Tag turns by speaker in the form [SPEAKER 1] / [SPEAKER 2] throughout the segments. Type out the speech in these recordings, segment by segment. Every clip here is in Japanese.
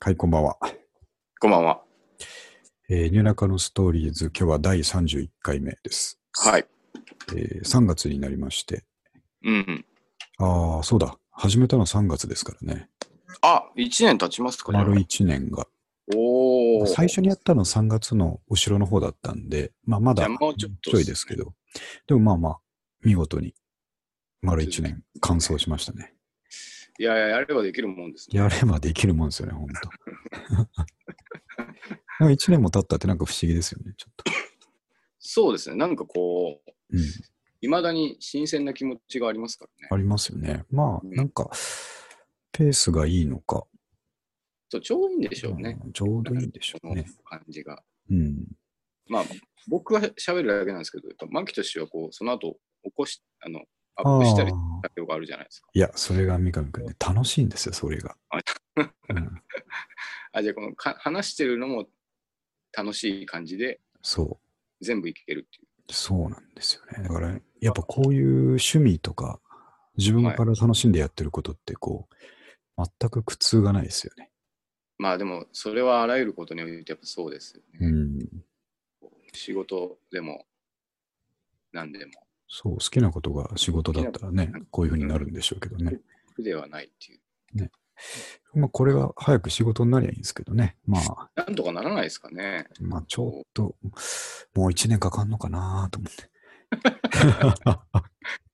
[SPEAKER 1] はい、こんばんは。
[SPEAKER 2] こんばんは。
[SPEAKER 1] えー、ニューナカのストーリーズ、今日は第31回目です。
[SPEAKER 2] はい。
[SPEAKER 1] えー、3月になりまして。
[SPEAKER 2] うん。
[SPEAKER 1] ああ、そうだ。始めたのは3月ですからね。
[SPEAKER 2] あ、1年経ちますか
[SPEAKER 1] 丸1年が。
[SPEAKER 2] おお。
[SPEAKER 1] 最初にやったのは3月の後ろの方だったんで、まあまだ
[SPEAKER 2] じゃあもうちょっと
[SPEAKER 1] ちょいですけど。でもまあまあ、見事に丸1年完走しましたね。
[SPEAKER 2] いやいや、やればできるもんですね。
[SPEAKER 1] やればできるもんですよね、ほんと。 なんか1年も経ったってなんか不思議ですよね、ちょっと。
[SPEAKER 2] そうですね。なんかこう、
[SPEAKER 1] うん。
[SPEAKER 2] いまだに新鮮な気持ちがありますからね。
[SPEAKER 1] ありますよね。まあ、
[SPEAKER 2] うん
[SPEAKER 1] なんか、ペースがいいのか。
[SPEAKER 2] そうちょうどいいんでしょうね。
[SPEAKER 1] うんちょうどいいんでしょう
[SPEAKER 2] この
[SPEAKER 1] ね。
[SPEAKER 2] 感じが。
[SPEAKER 1] うん。
[SPEAKER 2] まあ、僕は喋るだけなんですけど、やっぱ、マキトシはこう、その後、起こし、あの、アップしたり
[SPEAKER 1] あ
[SPEAKER 2] し
[SPEAKER 1] ー
[SPEAKER 2] たりとかあるじゃないですか。
[SPEAKER 1] いや、それが三上くんね、楽しいんですよ、それが。うん、
[SPEAKER 2] あじゃあ、このか話してるのも楽しい感じで、
[SPEAKER 1] そ
[SPEAKER 2] 全部いけるっていう。
[SPEAKER 1] う。そうなんですよね。だから、やっぱこういう趣味とか、自分から楽しんでやってることって、こう、全く苦痛がないですよね。
[SPEAKER 2] まあ、でも、それはあらゆることにおいて、やっぱそうですよね。
[SPEAKER 1] うん。
[SPEAKER 2] 仕事でも何でも
[SPEAKER 1] そう、好きなことが仕事だったらね、こういうふうになるんでしょうけどね。
[SPEAKER 2] 苦ではないっていう。
[SPEAKER 1] まあ、これが早く仕事になりゃいいんですけどね。まあ、
[SPEAKER 2] なんとかならないですかね。
[SPEAKER 1] まあ、ちょっと、もう一年かかんのかなと思って。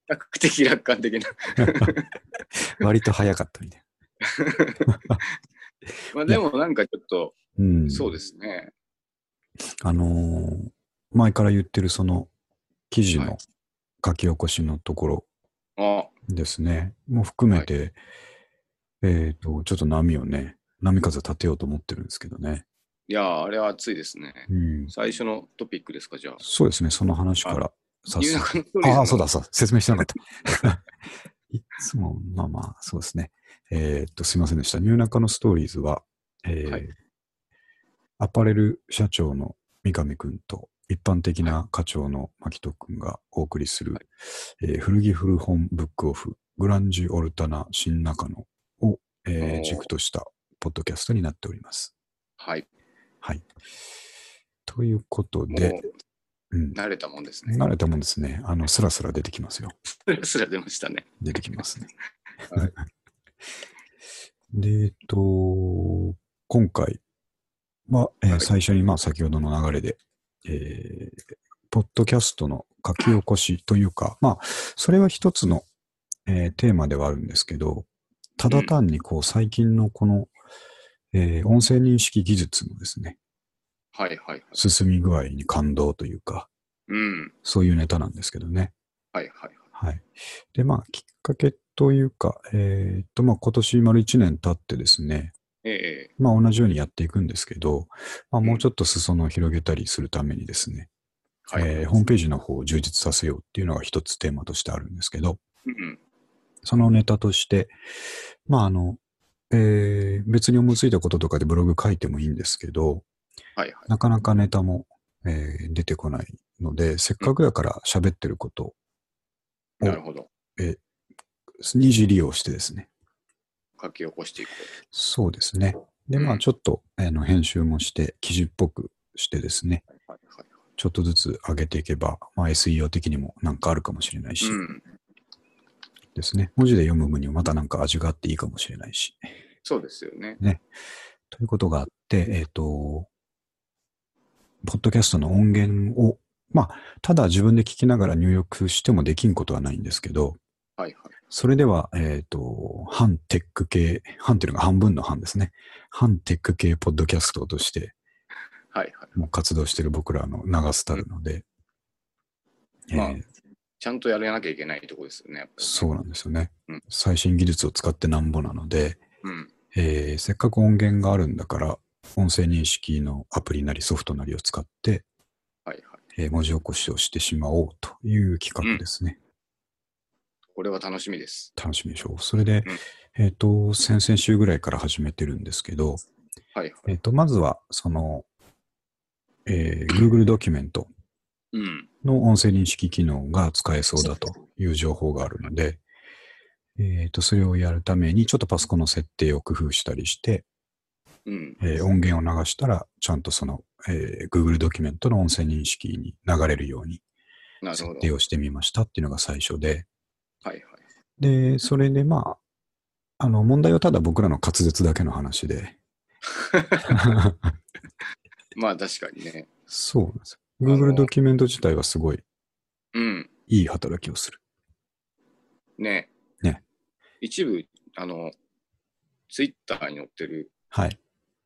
[SPEAKER 2] 楽的楽観的な。
[SPEAKER 1] 割と早かったみたい
[SPEAKER 2] まあでもなんかちょっと、
[SPEAKER 1] な。うん。。
[SPEAKER 2] そうですすね。
[SPEAKER 1] あのー前から言ってるその記事
[SPEAKER 2] は
[SPEAKER 1] の
[SPEAKER 2] い
[SPEAKER 1] 書き起こしのところ
[SPEAKER 2] あ
[SPEAKER 1] ですね、も含めて、えっ、と、ちょっと波をね、波風立てようと思ってるんですけどね。
[SPEAKER 2] いや、あれは熱いですね。
[SPEAKER 1] うん。
[SPEAKER 2] 最初のトピックですか、じゃあ。
[SPEAKER 1] そうですね、その話から早
[SPEAKER 2] 入
[SPEAKER 1] 速。
[SPEAKER 2] 学のストーリーズ
[SPEAKER 1] あ
[SPEAKER 2] の
[SPEAKER 1] あ、そうだ、そう、説明してなか った。いつも、まあまあ、そうですね。えーっと、すいませんでした。ニューナカのストーリーズは、えー
[SPEAKER 2] はい
[SPEAKER 1] アパレル社長の三上くんと、一般的な課長の牧人くんがお送りする、
[SPEAKER 2] は
[SPEAKER 1] えー古着古本ブックオフ、グランジオルタナ新中野を、えー
[SPEAKER 2] おー
[SPEAKER 1] 軸としたポッドキャストになっております。
[SPEAKER 2] はい。
[SPEAKER 1] はい。ということ
[SPEAKER 2] も
[SPEAKER 1] で、
[SPEAKER 2] う
[SPEAKER 1] うん、
[SPEAKER 2] 慣れたもんですね。
[SPEAKER 1] 慣れたもんですね。あの、スラスラ出てきますよ。
[SPEAKER 2] すらすら出ましたね。
[SPEAKER 1] 出てきますね。
[SPEAKER 2] は
[SPEAKER 1] で、えっと、今回は、えー
[SPEAKER 2] はい
[SPEAKER 1] 最初に、まあ、先ほどの流れで、えーポッドキャストの書き起こしというか、まあ、それは一つの、えーテーマではあるんですけど、ただ単にこう、最近のこの、えー音声認識技術のですね、
[SPEAKER 2] はいはいはい。
[SPEAKER 1] 進み具合に感動というか、
[SPEAKER 2] うん。
[SPEAKER 1] そういうネタなんですけどね。
[SPEAKER 2] はいはいはい。
[SPEAKER 1] はい。で、まあ、きっかけというか、えーっと、まあ、今年丸1年経ってですね、
[SPEAKER 2] ええ
[SPEAKER 1] まあ、同じようにやっていくんですけど、まあ、もうちょっと裾野を広げたりするためにですね、
[SPEAKER 2] はい。
[SPEAKER 1] えーホームページの方を充実させようっていうのが一つテーマとしてあるんですけど、
[SPEAKER 2] うん。
[SPEAKER 1] そのネタとして、まあ、あの、えー別に思いついたこととかでブログ書いてもいいんですけど、
[SPEAKER 2] はいはい。
[SPEAKER 1] なかなかネタも、えー出てこないので、せっかくだから喋ってることを
[SPEAKER 2] なるほど。
[SPEAKER 1] 二次利用してですね、
[SPEAKER 2] 書き起こしていこ
[SPEAKER 1] そうですね。で、
[SPEAKER 2] うん
[SPEAKER 1] まあ、ちょっと、あの編集もして、記事っぽくしてですね、
[SPEAKER 2] う。はいはいはい。
[SPEAKER 1] ちょっとずつ上げていけば、まあ、SEO 的にもなんかあるかもしれないし、
[SPEAKER 2] うん。
[SPEAKER 1] ですね。文字で読む分にもまたなんか味があっていいかもしれないし、
[SPEAKER 2] そうですよね。
[SPEAKER 1] ということがあって、えっ、と、ポッドキャストの音源を、まあ、ただ自分で聞きながら入力してもできんことはないんですけど、
[SPEAKER 2] はいはい。
[SPEAKER 1] それでは、えっ、と、反テック系、反っていうのが半分の半ですね。反テック系ポッドキャストとして、
[SPEAKER 2] はいはい。
[SPEAKER 1] もう活動してる僕らの流すたるので、えー
[SPEAKER 2] まあちゃんとやらなきゃいけないとこですよね、やっぱりね
[SPEAKER 1] そうなんですよね、
[SPEAKER 2] うん
[SPEAKER 1] 最新技術を使ってなんぼなので、
[SPEAKER 2] うん。
[SPEAKER 1] えーせっかく音源があるんだから、音声認識のアプリなりソフトなりを使って、
[SPEAKER 2] はいはい。
[SPEAKER 1] えー文字起こしをしてしまおうという企画ですね。
[SPEAKER 2] これは楽しみです。
[SPEAKER 1] 楽しみでしょう。それで、えっ、と、先々週ぐらいから始めてるんですけど、
[SPEAKER 2] はいは
[SPEAKER 1] えっ、
[SPEAKER 2] い。
[SPEAKER 1] と、まずは、その、えー Google ドキュメント
[SPEAKER 2] うん。
[SPEAKER 1] の音声認識機能が使えそうだという情報があるので、えっ、と、それをやるために、ちょっとパソコンの設定を工夫したりして、
[SPEAKER 2] うん。
[SPEAKER 1] えー音源を流したら、ちゃんとその、えー Google ドキュメントの音声認識に流れるように
[SPEAKER 2] なるほ
[SPEAKER 1] 設
[SPEAKER 2] ど。
[SPEAKER 1] 定をしてみましたっていうのが最初で、
[SPEAKER 2] はいはい。
[SPEAKER 1] で、それでまあ、あの、問題はただ僕らの滑舌だけの話で、
[SPEAKER 2] まあ確かにね。
[SPEAKER 1] そうなんですよ。
[SPEAKER 2] あの
[SPEAKER 1] Google ドキュメント自体はすごい
[SPEAKER 2] うん。
[SPEAKER 1] いい働きをする。
[SPEAKER 2] ね。
[SPEAKER 1] ね。
[SPEAKER 2] 一部、あの、ツイッターに載ってる
[SPEAKER 1] はい。
[SPEAKER 2] ん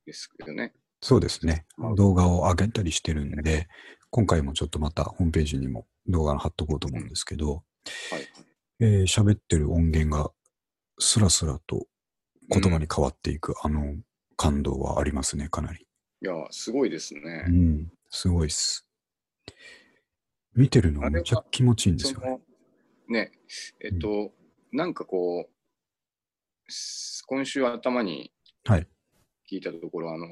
[SPEAKER 2] ですけどね。
[SPEAKER 1] そうですね
[SPEAKER 2] う。ん
[SPEAKER 1] 動画を上げたりしてるんで、今回もちょっとまたホームページにも動画を貼っとこうと思うんですけど、
[SPEAKER 2] はいはい。
[SPEAKER 1] えー喋ってる音源がスラスラと言葉に変わっていく、あの感動はありますね、かなり。
[SPEAKER 2] いや、すごいですね
[SPEAKER 1] う。ん。すごいっす。見てるの
[SPEAKER 2] あれは
[SPEAKER 1] めちゃ気持ちいいんで
[SPEAKER 2] そ
[SPEAKER 1] すよね。
[SPEAKER 2] の、ね、えっと、なんかこう、す今週頭に
[SPEAKER 1] はい
[SPEAKER 2] 聞いたところ、あの、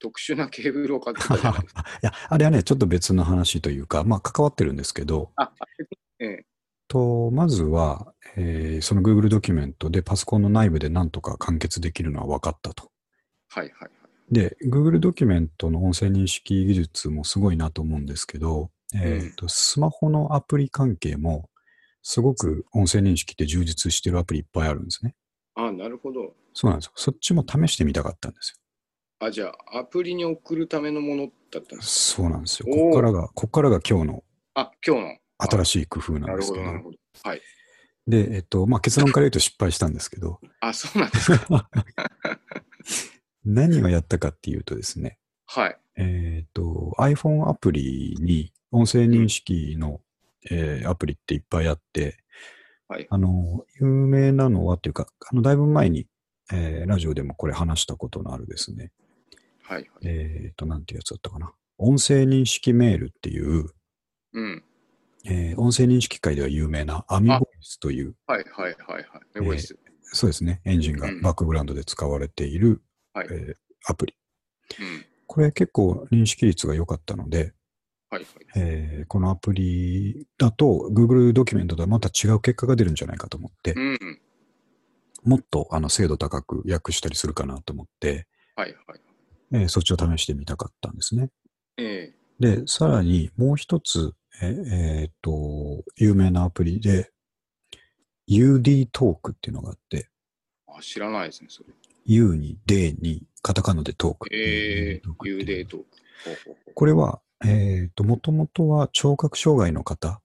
[SPEAKER 2] 特殊なケーブルを買ってたじゃないですか。
[SPEAKER 1] いや、あれはね、ちょっと別の話というか、まあ関わってるんですけど、
[SPEAKER 2] あ、あええ、
[SPEAKER 1] と、まずは、えーその Google ドキュメントでパソコンの内部でなんとか完結できるのは分かったと。
[SPEAKER 2] はいはいはい。
[SPEAKER 1] で、Google ドキュメントの音声認識技術もすごいなと思うんですけど、えーとスマホのアプリ関係も、すごく音声認識って充実してるアプリいっぱいあるんですね。
[SPEAKER 2] あ、なるほど。
[SPEAKER 1] そうなんですよ。そっちも試してみたかったんですよ。
[SPEAKER 2] あ、じゃあ、アプリに送るためのものだったんです
[SPEAKER 1] そうなんですよ。
[SPEAKER 2] おー
[SPEAKER 1] こっからが、こっからが今日の
[SPEAKER 2] あ、今日の。
[SPEAKER 1] 新しい工夫
[SPEAKER 2] あ
[SPEAKER 1] な
[SPEAKER 2] なん
[SPEAKER 1] で
[SPEAKER 2] る
[SPEAKER 1] す
[SPEAKER 2] ほ
[SPEAKER 1] け
[SPEAKER 2] ど、
[SPEAKER 1] ど。
[SPEAKER 2] なるほど。はい。
[SPEAKER 1] で、えっと、まあ、結論から言うと失敗したんですけど、
[SPEAKER 2] あ、そうなんですか。
[SPEAKER 1] 何をやったかっていうとですね、
[SPEAKER 2] はい。
[SPEAKER 1] えっ、と、iPhone アプリに音声認識の、えーアプリっていっぱいあって、
[SPEAKER 2] はい
[SPEAKER 1] あの、有名なのはというか、あの、だいぶ前に、えーラジオでもこれ話したことのあるですね。
[SPEAKER 2] はいはい。
[SPEAKER 1] えっ、と、なんていうやつだったかな。音声認識メールっていう、
[SPEAKER 2] うん。
[SPEAKER 1] えー音声認識界では有名なアミボイスという、
[SPEAKER 2] はいはいはいはい。メモリス。
[SPEAKER 1] そうですね、エンジンが
[SPEAKER 2] うん
[SPEAKER 1] バックグラウンドで使われている、
[SPEAKER 2] はい
[SPEAKER 1] えーアプリ。
[SPEAKER 2] うん。
[SPEAKER 1] これ結構認識率が良かったので、
[SPEAKER 2] はいはい。
[SPEAKER 1] えーこのアプリだと Google ドキュメントとはまた違う結果が出るんじゃないかと思って
[SPEAKER 2] う、ん。
[SPEAKER 1] もっとあの精度高く訳したりするかなと思って、
[SPEAKER 2] はいはい。
[SPEAKER 1] えーそっちを試してみたかったんですね。
[SPEAKER 2] え
[SPEAKER 1] で、さらにもう一つ、えーえーっと、有名なアプリで UD トークっていうのがあって、
[SPEAKER 2] えあ、知らないですね、それ。
[SPEAKER 1] U に D にカタカナでトークってい
[SPEAKER 2] え
[SPEAKER 1] う。UD トークって
[SPEAKER 2] え、
[SPEAKER 1] いう
[SPEAKER 2] U デートーク。ほう
[SPEAKER 1] これは、えーっと、もともとは聴覚障害の方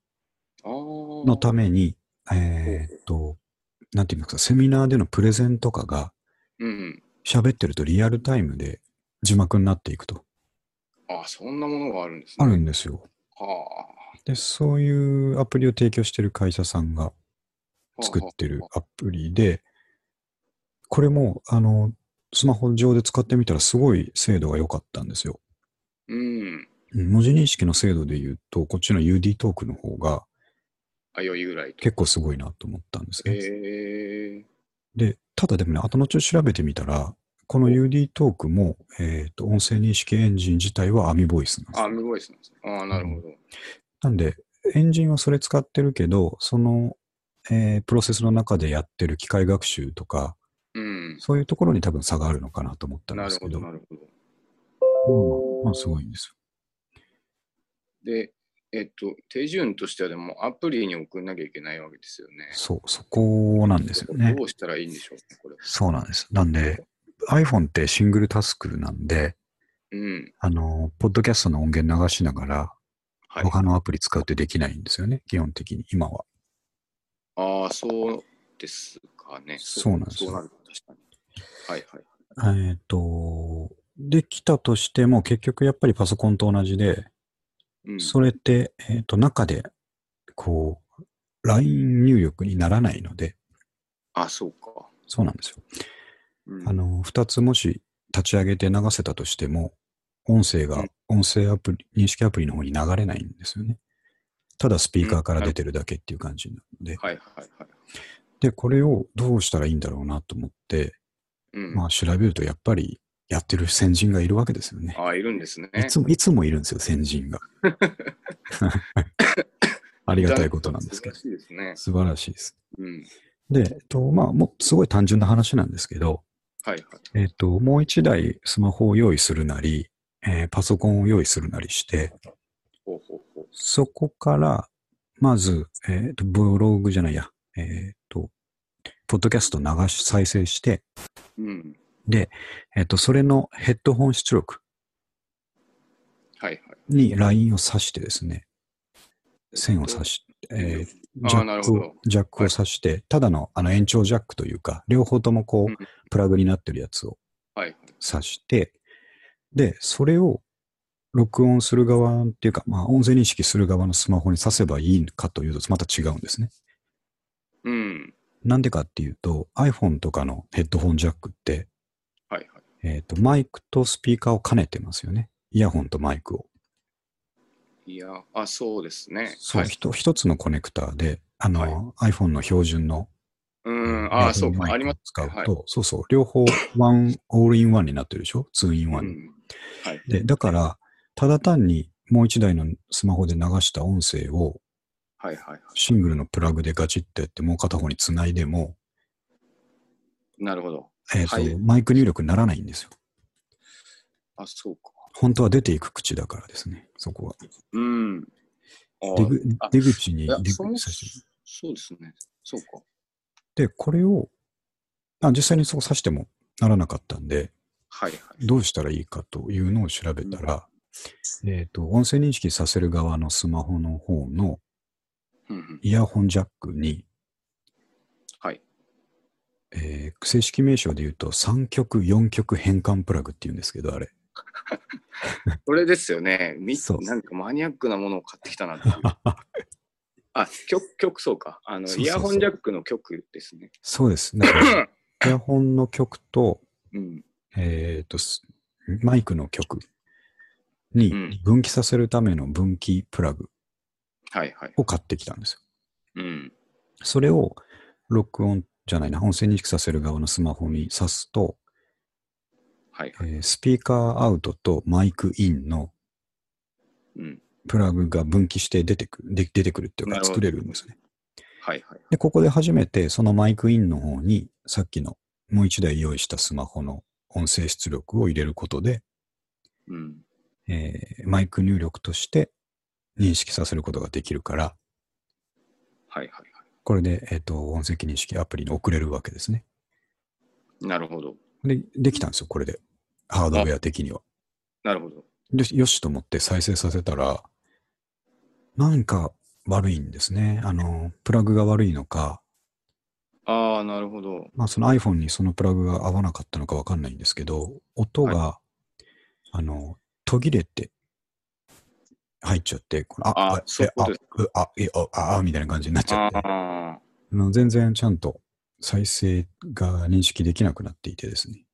[SPEAKER 2] ほうほうああ。
[SPEAKER 1] のために、えーっと、なんていうんですか、セミナーでのプレゼンとかが、
[SPEAKER 2] うん。
[SPEAKER 1] 喋ってるとリアルタイムで字幕になっていくと。
[SPEAKER 2] あ、そんなものがあるんですね。
[SPEAKER 1] あるんですよ。
[SPEAKER 2] は
[SPEAKER 1] で、そういうアプリを提供してる会社さんが
[SPEAKER 2] あ。
[SPEAKER 1] 作ってる
[SPEAKER 2] は
[SPEAKER 1] アプリで、これも、あの、スマホ上で使ってみたらすごい精度が良かったんですよ。
[SPEAKER 2] あ。はあうん。
[SPEAKER 1] うん文字認識の精度で言うと、こっちの UD トークの方が
[SPEAKER 2] あ、余裕ぐらいと。
[SPEAKER 1] 結構すごいなと思ったんですね。
[SPEAKER 2] ええ。
[SPEAKER 1] で、ただでもね、後々調べてみたら、この UD トークも、えっ、と、音声認識エンジン自体はアミボイスなんです
[SPEAKER 2] あ、
[SPEAKER 1] よ。
[SPEAKER 2] ミボイスなんですね。ああ、なるほど。
[SPEAKER 1] なんで、エンジンはそれ使ってるけど、その、えープロセスの中でやってる機械学習とか、
[SPEAKER 2] うん。
[SPEAKER 1] そういうところに多分差があるのかなと思ったん
[SPEAKER 2] な
[SPEAKER 1] で
[SPEAKER 2] る
[SPEAKER 1] す
[SPEAKER 2] ほ
[SPEAKER 1] けど、
[SPEAKER 2] ど、なるほ
[SPEAKER 1] ま
[SPEAKER 2] ど。
[SPEAKER 1] あ、まあすごいんです
[SPEAKER 2] で、えっと、手順としてはでもアプリに送んなきゃいけないわけですよね
[SPEAKER 1] よ。。そう、そこなんですよね
[SPEAKER 2] ど。うしたらいいんでしょうね、これ。
[SPEAKER 1] そうなんです。なんで、iPhone ってシングルタスクなんで、
[SPEAKER 2] うん。
[SPEAKER 1] あの、ポッドキャストの音源流しながら、
[SPEAKER 2] はい。
[SPEAKER 1] 他のアプリ使うってできないんですよね、基本的に、今は。
[SPEAKER 2] ああ、そうですかね。
[SPEAKER 1] そうなんですよ
[SPEAKER 2] そうなるか、確かに。はいはい。
[SPEAKER 1] えっ、と、できたとしても、結局やっぱりパソコンと同じで、
[SPEAKER 2] うん、
[SPEAKER 1] それって、えっ、と、中で、こう、LINE 入力にならないので、
[SPEAKER 2] あ、そうか。
[SPEAKER 1] そうなんですよ。
[SPEAKER 2] うん、
[SPEAKER 1] あの、二つもし立ち上げて流せたとしても、音声
[SPEAKER 2] う
[SPEAKER 1] が
[SPEAKER 2] ん、
[SPEAKER 1] 音声アプリ、認識アプリの方に流れないんですよね。ただスピーカーから出てるだけっていう感じなので、
[SPEAKER 2] はいはいはい。
[SPEAKER 1] で、これをどうしたらいいんだろうなと思って、
[SPEAKER 2] うん、
[SPEAKER 1] まあ調べるとやっぱりやってる先人がいるわけですよね。
[SPEAKER 2] ああ、いるんですね。
[SPEAKER 1] いつも、いつもいるんですよ、先人が。ありがたいことなんですけど。
[SPEAKER 2] 素晴らしいですね。
[SPEAKER 1] 素晴らしいです。
[SPEAKER 2] うん。
[SPEAKER 1] で、えっと、まあ、もうすごい単純な話なんですけど、
[SPEAKER 2] はいはい。
[SPEAKER 1] えっ、と、もう一台スマホを用意するなり、えーパソコンを用意するなりして、
[SPEAKER 2] ほうほうほう。
[SPEAKER 1] そこから、まず、えっ、と、ブログじゃないや、えっ、と、ポッドキャスト流し、再生して、
[SPEAKER 2] うん。
[SPEAKER 1] で、えっ、と、それのヘッドホン出力
[SPEAKER 2] はいはい。
[SPEAKER 1] にラインを刺してですね、線を刺して、えージャ
[SPEAKER 2] あーな
[SPEAKER 1] ッ
[SPEAKER 2] る
[SPEAKER 1] ク
[SPEAKER 2] ほ
[SPEAKER 1] を
[SPEAKER 2] ど、
[SPEAKER 1] ジャックを刺して、ただのあの延長ジャックというか、両方ともこ
[SPEAKER 2] うん
[SPEAKER 1] う、プラグになってるやつを
[SPEAKER 2] はいはい。
[SPEAKER 1] 刺して、で、それを録音する側っていうか、まあ、音声認識する側のスマホに刺せばいいかというと、また違うんですね。
[SPEAKER 2] うん。
[SPEAKER 1] なんでかっていうと、iPhone とかのヘッドホンジャックって、
[SPEAKER 2] はいはい。
[SPEAKER 1] えっ、と、マイクとスピーカーを兼ねてますよね。イヤホンとマイクを。
[SPEAKER 2] いや、あ、そうですね。
[SPEAKER 1] そう、
[SPEAKER 2] はい。
[SPEAKER 1] ひと一つのコネクターで、あの、iPhone の標準の、
[SPEAKER 2] うん。
[SPEAKER 1] え
[SPEAKER 2] あ
[SPEAKER 1] ー
[SPEAKER 2] あ、そう
[SPEAKER 1] マイ
[SPEAKER 2] か。
[SPEAKER 1] ク
[SPEAKER 2] あります。
[SPEAKER 1] 使うと、
[SPEAKER 2] はい
[SPEAKER 1] そうそう、両方、ワン、オールインワンになってるでしょツーイン
[SPEAKER 2] う
[SPEAKER 1] ワン、
[SPEAKER 2] ん。はい。
[SPEAKER 1] で、だから、ただ単にもう一台のスマホで流した音声を
[SPEAKER 2] はいはいはい。
[SPEAKER 1] シングルのプラグでガチってやって、もう片方につないでも、
[SPEAKER 2] なるほど。
[SPEAKER 1] えーと
[SPEAKER 2] はい
[SPEAKER 1] マイク入力にならないんですよ。
[SPEAKER 2] あ、そうか。
[SPEAKER 1] 本当は出ていく口だからですね、そこは。
[SPEAKER 2] うん。あ
[SPEAKER 1] 出
[SPEAKER 2] ー
[SPEAKER 1] ぐ
[SPEAKER 2] あ
[SPEAKER 1] 出口に
[SPEAKER 2] い
[SPEAKER 1] 出
[SPEAKER 2] やそも
[SPEAKER 1] 口
[SPEAKER 2] そ
[SPEAKER 1] 差し
[SPEAKER 2] そうですね。そうか。
[SPEAKER 1] で、これをあ、実際にそこ刺してもならなかったんで、
[SPEAKER 2] はいはい。
[SPEAKER 1] どうしたらいいかというのを調べたら、えっ、と、音声認識させる側のスマホの方の
[SPEAKER 2] うんうん。
[SPEAKER 1] イヤホンジャックに、
[SPEAKER 2] はい。
[SPEAKER 1] えー正式名称で言うと3曲、4曲変換プラグっていうんですけど、あれ。
[SPEAKER 2] それですよね。み
[SPEAKER 1] そう
[SPEAKER 2] なんかマニアックなものを買ってきたなっ ていう。あ、曲、曲、そうか。あの、
[SPEAKER 1] そうそうそう
[SPEAKER 2] イヤホンジャックの曲ですね。
[SPEAKER 1] そうです。だ から、イヤホンの曲と、
[SPEAKER 2] うん。
[SPEAKER 1] えっ、と、すマイクの曲に
[SPEAKER 2] うん
[SPEAKER 1] 分岐させるための分岐プラグ
[SPEAKER 2] はいはい。
[SPEAKER 1] を買ってきたんですよ。
[SPEAKER 2] うん。
[SPEAKER 1] それを録音じゃないな、音声認識させる側のスマホに挿すと、
[SPEAKER 2] はい
[SPEAKER 1] え
[SPEAKER 2] はい。
[SPEAKER 1] ースピーカーアウトとマイクインの
[SPEAKER 2] うん。
[SPEAKER 1] プラグが分岐して出てくる、で出てくるっていう
[SPEAKER 2] な
[SPEAKER 1] か
[SPEAKER 2] るほど
[SPEAKER 1] 作れるんですね。
[SPEAKER 2] はいはい。
[SPEAKER 1] で、ここで初めてそのマイクインの方にさっきのもう一台用意したスマホの音声出力を入れることで、
[SPEAKER 2] うん。
[SPEAKER 1] えーマイク入力として認識させることができるから、
[SPEAKER 2] はいはいは
[SPEAKER 1] これで、えっ、と、音声認識アプリに送れるわけですね。
[SPEAKER 2] い。なるほど。
[SPEAKER 1] で、できたんですよ、これで。ハードウェア的には。
[SPEAKER 2] なるほど。
[SPEAKER 1] でよしと思って再生させたら、なんか悪いんですね。あの、プラグが悪いのか、
[SPEAKER 2] ああ、なるほど。
[SPEAKER 1] まあその iPhone にそのプラグが合わなかったのかわかんないんですけど、音が、あの、途切れて入っちゃって、このあ、
[SPEAKER 2] あ
[SPEAKER 1] あ、
[SPEAKER 2] そういうこと
[SPEAKER 1] えあ、うあ、え、あ、あ、みたいな感じになっちゃ
[SPEAKER 2] あ
[SPEAKER 1] って、あ
[SPEAKER 2] あ
[SPEAKER 1] の全然ちゃんと再生が認識できなくなっていてですね。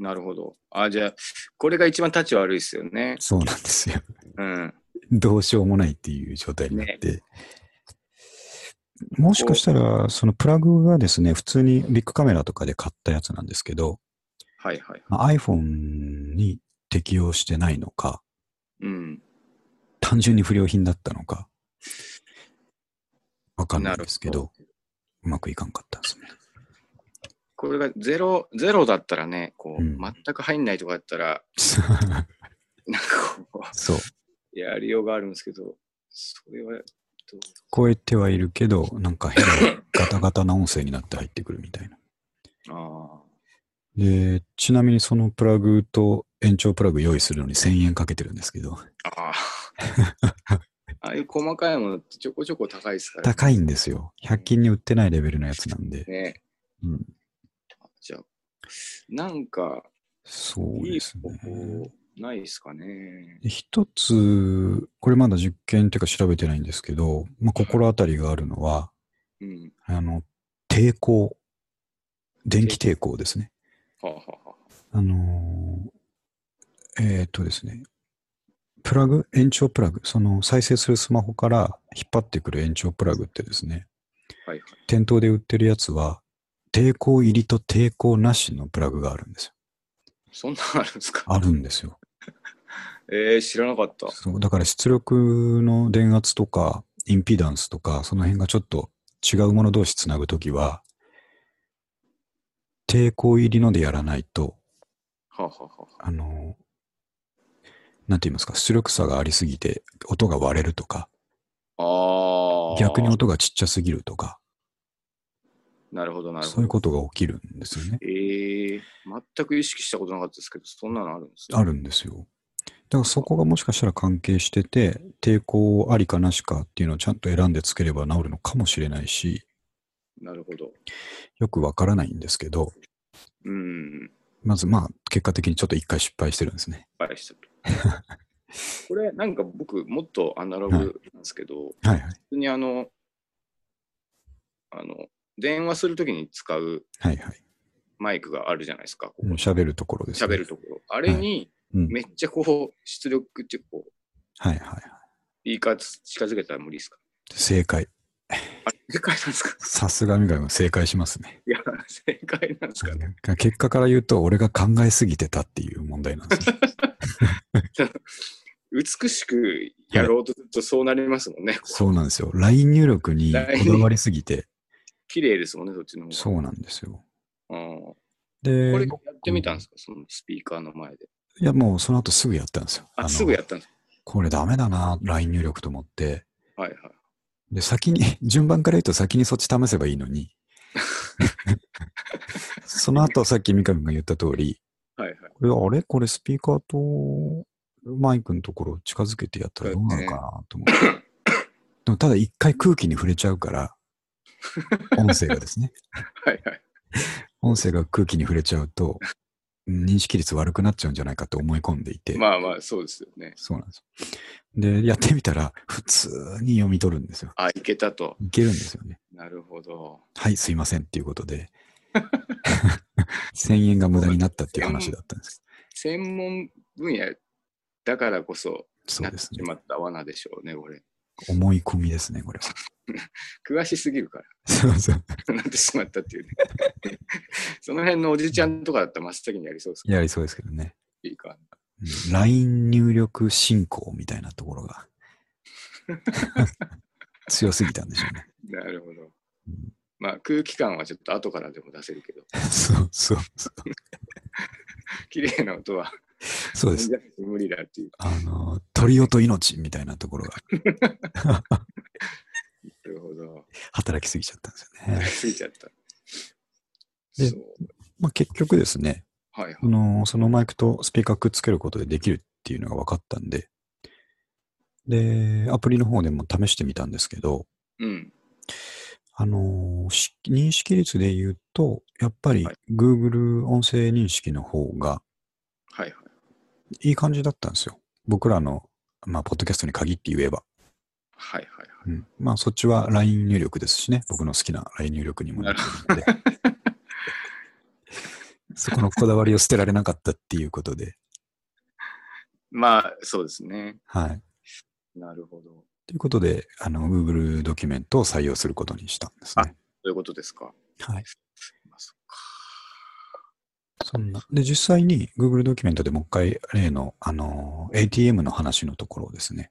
[SPEAKER 2] ー、なるほど。あーじゃあ、これが一番立ち悪いですよね。
[SPEAKER 1] そうなんですよ。
[SPEAKER 2] うん。
[SPEAKER 1] どうしようもないっていう状態になって、もしかしたら、そのプラグがですね、普通にビッグカメラとかで買ったやつなんですけど、
[SPEAKER 2] はいはい。
[SPEAKER 1] まあ iPhone に適用してないのか、
[SPEAKER 2] うん。
[SPEAKER 1] 単純に不良品だったのか、わかんないですけ
[SPEAKER 2] なる
[SPEAKER 1] ど、うまくいかんかったですね。
[SPEAKER 2] これがゼロ、ゼロだったらね、こう、
[SPEAKER 1] うん
[SPEAKER 2] 全く入んないとかだったら、なんかこ
[SPEAKER 1] そう。
[SPEAKER 2] う、 やりようがあるんですけど、それは、どう
[SPEAKER 1] 超えてはいるけど、なんか変なガタガタな音声になって入ってくるみたいな。
[SPEAKER 2] あ
[SPEAKER 1] で、ちなみにそのプラグと延長プラグ用意するのに1000円かけてるんですけど、
[SPEAKER 2] あ。あ あ。ああいう細かいものってちょこちょこ高いですから
[SPEAKER 1] 高いんですよ。100均に売ってないレベルのやつなんで。
[SPEAKER 2] ね。
[SPEAKER 1] うん、
[SPEAKER 2] じゃあ、なんか、
[SPEAKER 1] そう
[SPEAKER 2] いい
[SPEAKER 1] です
[SPEAKER 2] 方
[SPEAKER 1] ね
[SPEAKER 2] 法。ないですかね。
[SPEAKER 1] で一つ、これまだ実験というか調べてないんですけど、まあ、心当たりがあるのは、
[SPEAKER 2] うん。
[SPEAKER 1] あの、抵抗。電気抵抗ですね。
[SPEAKER 2] はあ、はあはあ、
[SPEAKER 1] あのーえーっとですね。プラグ、延長プラグ、その再生するスマホから引っ張ってくる延長プラグってですね、
[SPEAKER 2] はいはい。
[SPEAKER 1] 店頭で売ってるやつは、抵抗入りと抵抗なしのプラグがあるんですよ。
[SPEAKER 2] そんなのあるんですか
[SPEAKER 1] あるんですよ。
[SPEAKER 2] えー、知らなかった。
[SPEAKER 1] そう、だから出力の電圧とか、インピダンスとか、その辺がちょっと違うもの同士つなぐときは、抵抗入りのでやらないと、
[SPEAKER 2] はあ、はあはあ、
[SPEAKER 1] あの、なんて言いますか、出力差がありすぎて、音が割れるとか、
[SPEAKER 2] ああ。
[SPEAKER 1] 逆に音がちっちゃすぎるとか、
[SPEAKER 2] なるほど、なるほど。
[SPEAKER 1] そういうことが起きるんですよね。
[SPEAKER 2] ええ全く意識したことなかったですけど、そんなのあるんですね。
[SPEAKER 1] あるんですよ。だからそこがもしかしたら関係してて、抵抗ありかなしかっていうのをちゃんと選んでつければ治るのかもしれないし、
[SPEAKER 2] なるほど。
[SPEAKER 1] よくわからないんですけど、
[SPEAKER 2] うん。
[SPEAKER 1] まずまあ、結果的にちょっと一回失敗してるんですね。
[SPEAKER 2] 失敗したと。 これ、なんか僕、もっとアナログなんですけど、
[SPEAKER 1] はいはい。
[SPEAKER 2] 普通にあの、あの、電話するときに使う
[SPEAKER 1] はいはい。
[SPEAKER 2] マイクがあるじゃないですか、こ
[SPEAKER 1] うん
[SPEAKER 2] こ
[SPEAKER 1] 喋るところです、ね。
[SPEAKER 2] 喋るところ。あれに、
[SPEAKER 1] うん。
[SPEAKER 2] めっちゃこう、出力ってこう、
[SPEAKER 1] はいはいはい。
[SPEAKER 2] 言い方近づけたら無理ですか
[SPEAKER 1] 正解。
[SPEAKER 2] あれ、正解なんですか
[SPEAKER 1] さすがみが正解しますね。
[SPEAKER 2] いや、正解なんですかね。
[SPEAKER 1] 結果から言うと、俺が考えすぎてたっていう問題なん ですね。
[SPEAKER 2] 美しくやろうとするとそうなりますもんね。
[SPEAKER 1] そうなんですよ。ライン入力にこだわりすぎて、
[SPEAKER 2] 綺麗ですもんね、そっちの方が。
[SPEAKER 1] そうなんですよ。
[SPEAKER 2] うんこ
[SPEAKER 1] で、
[SPEAKER 2] れやってみたんですか、そのスピーカーの前で。
[SPEAKER 1] いや、もうその後すぐやったんですよ。
[SPEAKER 2] あ、
[SPEAKER 1] の
[SPEAKER 2] すぐやったんです
[SPEAKER 1] これダメだな、LINE 入力と思って。
[SPEAKER 2] かはいはい。
[SPEAKER 1] で、先に、 順番から言うと先にそっち試せばいいの に。その後、さっき三上が言った通り、
[SPEAKER 2] はいはい。
[SPEAKER 1] これ、あれこれスピーカーとマイクのところ近づけてやったらどうなるかなと思って。でもただ一回空気に触れちゃう から、音声がですね。
[SPEAKER 2] はいはい。
[SPEAKER 1] 音声が空気に触れちゃうと、認識率悪くなっちゃうんじゃないかと思い込んでいて。
[SPEAKER 2] まあまあ、そうですよね。
[SPEAKER 1] そうなんですよ。で、やってみたら、普通に読み取るんですよ。
[SPEAKER 2] あ、いけたと。
[SPEAKER 1] いけるんですよね。
[SPEAKER 2] なるほど。
[SPEAKER 1] はい、すいませんっていうこと で、1000円が無駄になったっていう話だったんです。
[SPEAKER 2] 専門分野だからこそ、
[SPEAKER 1] そ
[SPEAKER 2] な
[SPEAKER 1] う
[SPEAKER 2] っ
[SPEAKER 1] で
[SPEAKER 2] て
[SPEAKER 1] す
[SPEAKER 2] し
[SPEAKER 1] ね。
[SPEAKER 2] まった罠でしょうね、これ。
[SPEAKER 1] 思い込みですね、これは。
[SPEAKER 2] 詳しすぎるか
[SPEAKER 1] そうそう。
[SPEAKER 2] ら、 なってしまったっていうね。その辺のおじちゃんとかだったら真っ先にやりそうですけど、
[SPEAKER 1] やりそうですけどね。
[SPEAKER 2] スピーカー。
[SPEAKER 1] うん LINE 入力進行みたいなところ が強すぎたんでしょうね。
[SPEAKER 2] なるほど
[SPEAKER 1] うん。
[SPEAKER 2] まあ、空気感はちょっと後からでも出せるけど、
[SPEAKER 1] そうそうそう。
[SPEAKER 2] 綺麗な音は
[SPEAKER 1] そうです。
[SPEAKER 2] 無理だっていう。
[SPEAKER 1] あの、鳥音命みたいなところが
[SPEAKER 2] なるほど。
[SPEAKER 1] 働きすぎちゃったんですよね。
[SPEAKER 2] 過ぎちゃった。
[SPEAKER 1] で
[SPEAKER 2] そう。
[SPEAKER 1] まあ、結局ですね、
[SPEAKER 2] はいはい
[SPEAKER 1] あ。のそのマイクとスピーカーくっつけることでできるっていうのが分かったんで、で、アプリの方でも試してみたんですけど、
[SPEAKER 2] うん。
[SPEAKER 1] あのし認識率で言うと、やっぱり
[SPEAKER 2] はい
[SPEAKER 1] Google 音声認識の方が
[SPEAKER 2] はいはい。
[SPEAKER 1] いい感じだったんですよ。僕らの、まあ、ポッドキャストに限って言えば。
[SPEAKER 2] はいはいはい。
[SPEAKER 1] うん、まあ、そっちは LINE 入力ですしね、僕の好きな LINE 入力にもなってるので。 そこのこだわりを捨てられなかったっていうことで。
[SPEAKER 2] まあ、そうですね。
[SPEAKER 1] はい。
[SPEAKER 2] なるほど。そ
[SPEAKER 1] ということで、あの、Google ドキュメントを採用することにしたんですね。
[SPEAKER 2] ういうことですか。
[SPEAKER 1] はい。
[SPEAKER 2] まあそっか
[SPEAKER 1] そんな。で、実際に Google ドキュメントでもう一回、例の、あの、ATM の話のところをですね。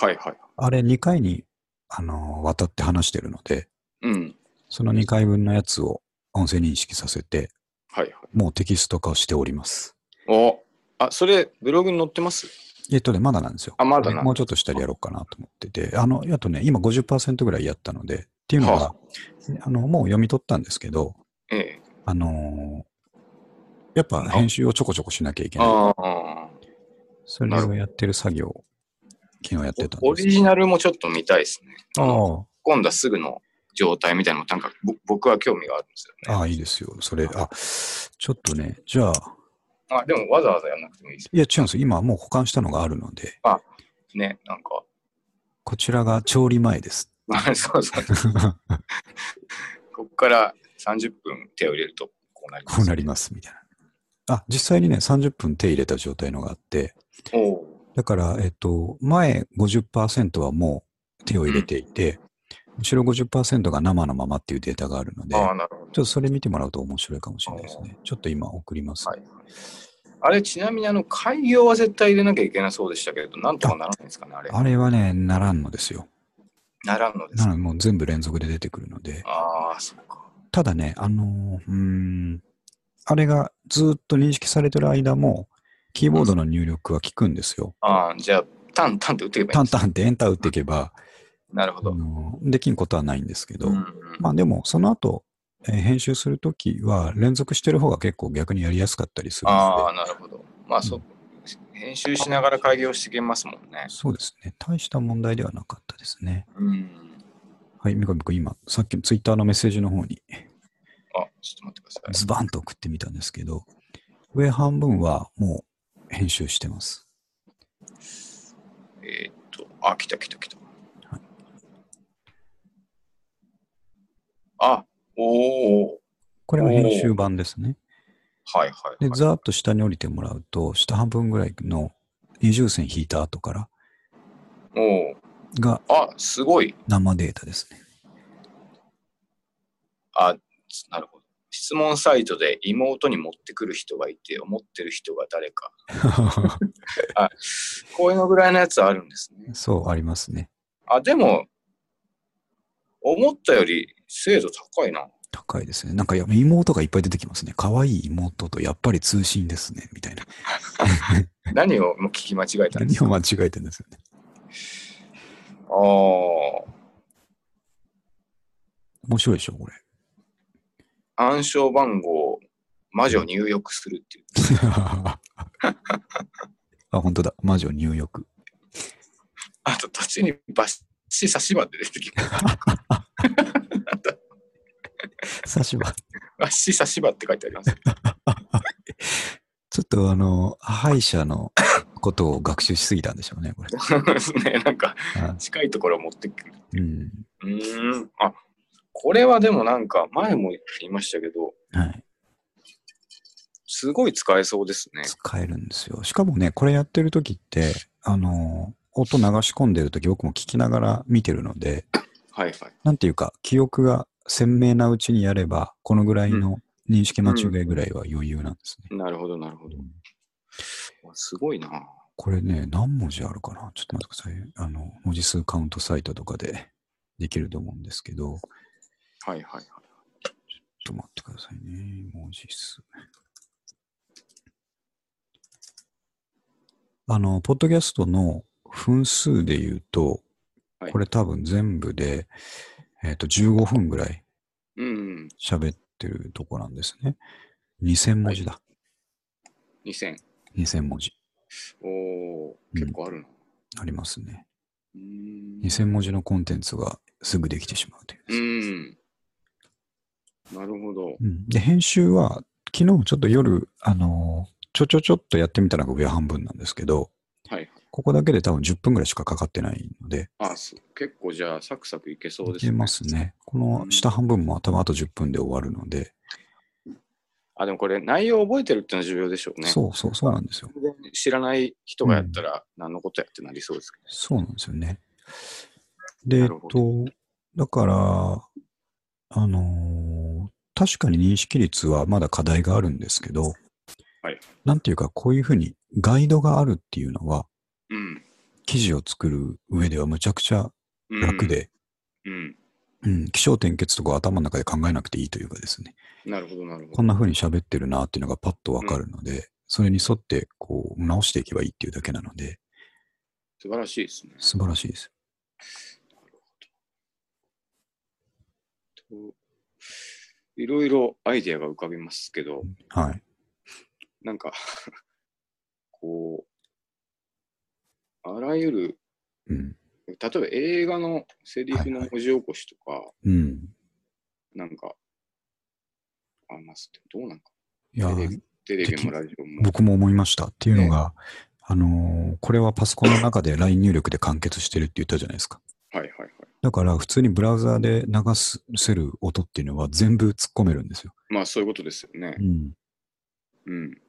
[SPEAKER 2] はいはい。
[SPEAKER 1] あれ、2回に、あの、渡って話してるので、
[SPEAKER 2] うん。
[SPEAKER 1] その2回分のやつを音声認識させて、
[SPEAKER 2] はいはい。
[SPEAKER 1] もうテキスト化をしております。
[SPEAKER 2] おあ、それ、ブログに載ってます
[SPEAKER 1] えっとね、まだなんですよ。
[SPEAKER 2] あ、まだな。
[SPEAKER 1] もうちょっとしたらやろうかなと思ってて、あの、あとね、今50%ぐらいやったので、っていうのが
[SPEAKER 2] は、
[SPEAKER 1] あの、もう読み取ったんですけど、
[SPEAKER 2] ええ。
[SPEAKER 1] あのーやっぱ編集をちょこちょこしなきゃいけない。
[SPEAKER 2] ああ。
[SPEAKER 1] それをやってる作業を昨日やってたん
[SPEAKER 2] オ
[SPEAKER 1] です
[SPEAKER 2] リジナルもちょっと見たいですね。
[SPEAKER 1] あー
[SPEAKER 2] 今度はすぐの状態みたいなのも、なんかぼ僕は興味があるんですよね。
[SPEAKER 1] あー、いいですよ。それ、あ、ちょっとね、じゃあ、
[SPEAKER 2] あでもわざわざやらなくてもいいです
[SPEAKER 1] いや違うんですよ。今もう保管したのがあるので、
[SPEAKER 2] ね。なんか、
[SPEAKER 1] こちらが調理前です。
[SPEAKER 2] まあ、 そうそう。ここから30分手を入れるとこうなります。
[SPEAKER 1] こうなります、みたいな。あ、実際にね、30分手入れた状態のがあって、
[SPEAKER 2] おう
[SPEAKER 1] だから、えっと、前50%はもう手を入れていて、後ろ50%が生のままっていうデータがあるので、
[SPEAKER 2] ああ、なるほ
[SPEAKER 1] ちょっとそれ見てもらうと面白いかもしれないですね。ちょっと今送ります。
[SPEAKER 2] ど。はい。あれ、ちなみにあの、開業は絶対入れなきゃいけなそうでしたけれど、なんとかならないんですかね、あれ。
[SPEAKER 1] あれはね、ならんのですよ。
[SPEAKER 2] ならんのです
[SPEAKER 1] な
[SPEAKER 2] から
[SPEAKER 1] もう全部連続で出てくるので。
[SPEAKER 2] ああ、そっか。
[SPEAKER 1] ただね、あのーうーん、あれがずっと認識されてる間も、キーボードの入力は効くんですよ。
[SPEAKER 2] ああ、じゃあ、タンタンって打っていけばいい
[SPEAKER 1] タ
[SPEAKER 2] ん
[SPEAKER 1] ン
[SPEAKER 2] ですね
[SPEAKER 1] タンってエンター打っていけば、
[SPEAKER 2] なるほ
[SPEAKER 1] あ
[SPEAKER 2] ど。
[SPEAKER 1] のできんことはないんですけど、
[SPEAKER 2] うんうん
[SPEAKER 1] まあでも、その後、えー編集するときは、連続してる方が結構逆にやりやすかったりする
[SPEAKER 2] あ
[SPEAKER 1] の
[SPEAKER 2] あ、なるほど。まあ、そうう。編集しながら会議をしていけますもん
[SPEAKER 1] で、。
[SPEAKER 2] ね
[SPEAKER 1] そうですね。大した問題ではなかったですね。
[SPEAKER 2] うん。
[SPEAKER 1] はい、三上君、今、さっきのツイッターのメッセージの方に、
[SPEAKER 2] あ、ちょっと待ってください。
[SPEAKER 1] ズバンと送ってみたんですけど、上半分はもう編集してます。
[SPEAKER 2] えーっと、あ、来た来た来た
[SPEAKER 1] はい。
[SPEAKER 2] あ、おお、
[SPEAKER 1] これは編集版ですね。
[SPEAKER 2] はいはい、
[SPEAKER 1] で、
[SPEAKER 2] はい。
[SPEAKER 1] ざーっと下に降りてもらうと、下半分ぐらいの二重線引いた後から
[SPEAKER 2] おお、
[SPEAKER 1] が
[SPEAKER 2] あ、すごい。
[SPEAKER 1] 生データです ね。
[SPEAKER 2] あ、なるほど。質問サイトで妹に持ってくる人がいて、思ってる人が誰か。こういうのぐらいのやつあるんですね。
[SPEAKER 1] そう、ありますね。
[SPEAKER 2] あ、でも、思ったより精度高いな。
[SPEAKER 1] 高いですね。なんかや妹がいっぱい出てきますね。可愛い妹とやっぱり通信ですね、みたいな。
[SPEAKER 2] 何をもう聞き間違えたんで
[SPEAKER 1] 何
[SPEAKER 2] すか
[SPEAKER 1] を間違えてるんですよね。
[SPEAKER 2] あー
[SPEAKER 1] 面白いでしょ、これ。
[SPEAKER 2] 暗証番号を魔女入力するっていう。
[SPEAKER 1] あ、本当だ。魔女入浴。
[SPEAKER 2] あと、途中にバシ刺し歯って出てきます。
[SPEAKER 1] 差し歯。
[SPEAKER 2] バシ刺し歯って書いてあります。
[SPEAKER 1] ちょっとあの、歯医者のことを学習しすぎたんでしょうね、これ。
[SPEAKER 2] ね、なんか、
[SPEAKER 1] は
[SPEAKER 2] 近いところを持ってくる。
[SPEAKER 1] いうん。
[SPEAKER 2] うーん。あ、これはでもなんか、前も言いましたけど、
[SPEAKER 1] はい。
[SPEAKER 2] すごい使えそうですね。
[SPEAKER 1] 使えるんですよ。しかもね、これやってる時って、あの、音流し込んでる時僕も聞きながら見てるので、
[SPEAKER 2] はいはい。
[SPEAKER 1] なんていうか、記憶が鮮明なうちにやれば、このぐらいの認識間違いぐらいは余裕なんですね。
[SPEAKER 2] なるほど、なるほど。すごいな。
[SPEAKER 1] これね、何文字あるかなちょっと待ってください。あの、文字数カウントサイトとかでできると思うんですけど、
[SPEAKER 2] はいはいはい。
[SPEAKER 1] ちょっと待ってくださいね。文字数。あの、ポッドキャストの分数で言うと、
[SPEAKER 2] はい
[SPEAKER 1] これ多分全部で、えっ、と、15分ぐらい
[SPEAKER 2] うん。
[SPEAKER 1] 喋ってるとこなんですね。2000文字だ。
[SPEAKER 2] 2000。
[SPEAKER 1] 2000文字
[SPEAKER 2] おお、結構あるな。
[SPEAKER 1] ありますね。
[SPEAKER 2] うーん。
[SPEAKER 1] 2000文字のコンテンツがすぐできてしまうというう。
[SPEAKER 2] ん。なるほど。
[SPEAKER 1] うんで、編集は、昨日ちょっと夜、あのーちょちょちょっとやってみたのが上半分なんですけど、
[SPEAKER 2] はいはい。
[SPEAKER 1] ここだけで多分10分ぐらいしかかかってないので、
[SPEAKER 2] あ、す結構じゃあ、サクサクいけそうで
[SPEAKER 1] い
[SPEAKER 2] すね。
[SPEAKER 1] けますね。この下半分も多分あと10分で終わるので、
[SPEAKER 2] あ、でもこれ、内容を覚えてるってのは重要でしょうね。
[SPEAKER 1] そうそうそうなんですよ。
[SPEAKER 2] 全然知らない人がやったら、何のことやってなりそうですけ
[SPEAKER 1] そうなんですよね。で、え
[SPEAKER 2] な
[SPEAKER 1] っ
[SPEAKER 2] るほ
[SPEAKER 1] と、だから、あのー確かに認識率はまだ課題があるんですけど、
[SPEAKER 2] はい
[SPEAKER 1] なんていうか、こういうふうにガイドがあるっていうのは、
[SPEAKER 2] ど。うん。
[SPEAKER 1] 記事を作る上ではむちゃくちゃ
[SPEAKER 2] うん
[SPEAKER 1] 楽。で、
[SPEAKER 2] うん。
[SPEAKER 1] うん、起承転結とかを頭の中で考えなくていいというかですね、
[SPEAKER 2] なるほど、なるほ
[SPEAKER 1] こ
[SPEAKER 2] ど。
[SPEAKER 1] んな風に喋ってるなっていうのがパッとわかるので、それに沿ってこう直していけばいいっていうだけなので、
[SPEAKER 2] 素晴らしいですね。
[SPEAKER 1] 素晴らしいです。
[SPEAKER 2] といろいろアイディアが浮かびますけど、
[SPEAKER 1] はい。
[SPEAKER 2] なんか、 こう、あらゆる、
[SPEAKER 1] うん。
[SPEAKER 2] 例えば映画のセリフの文字起こしとか、
[SPEAKER 1] うん。
[SPEAKER 2] なんか、あ、まあ、すどうなんか。
[SPEAKER 1] いやー、
[SPEAKER 2] テレビテレビもラジオも。
[SPEAKER 1] 僕も思いましたっていうのが、あのーこれはパソコンの中で LINE 入力で完結してるって言ったじゃないですか。
[SPEAKER 2] はいはいはい。
[SPEAKER 1] だから普通にブラウザーで流すせる音っていうのは全部突っ込めるんですよ。
[SPEAKER 2] まあそういうことですよね
[SPEAKER 1] う。ん。
[SPEAKER 2] うん。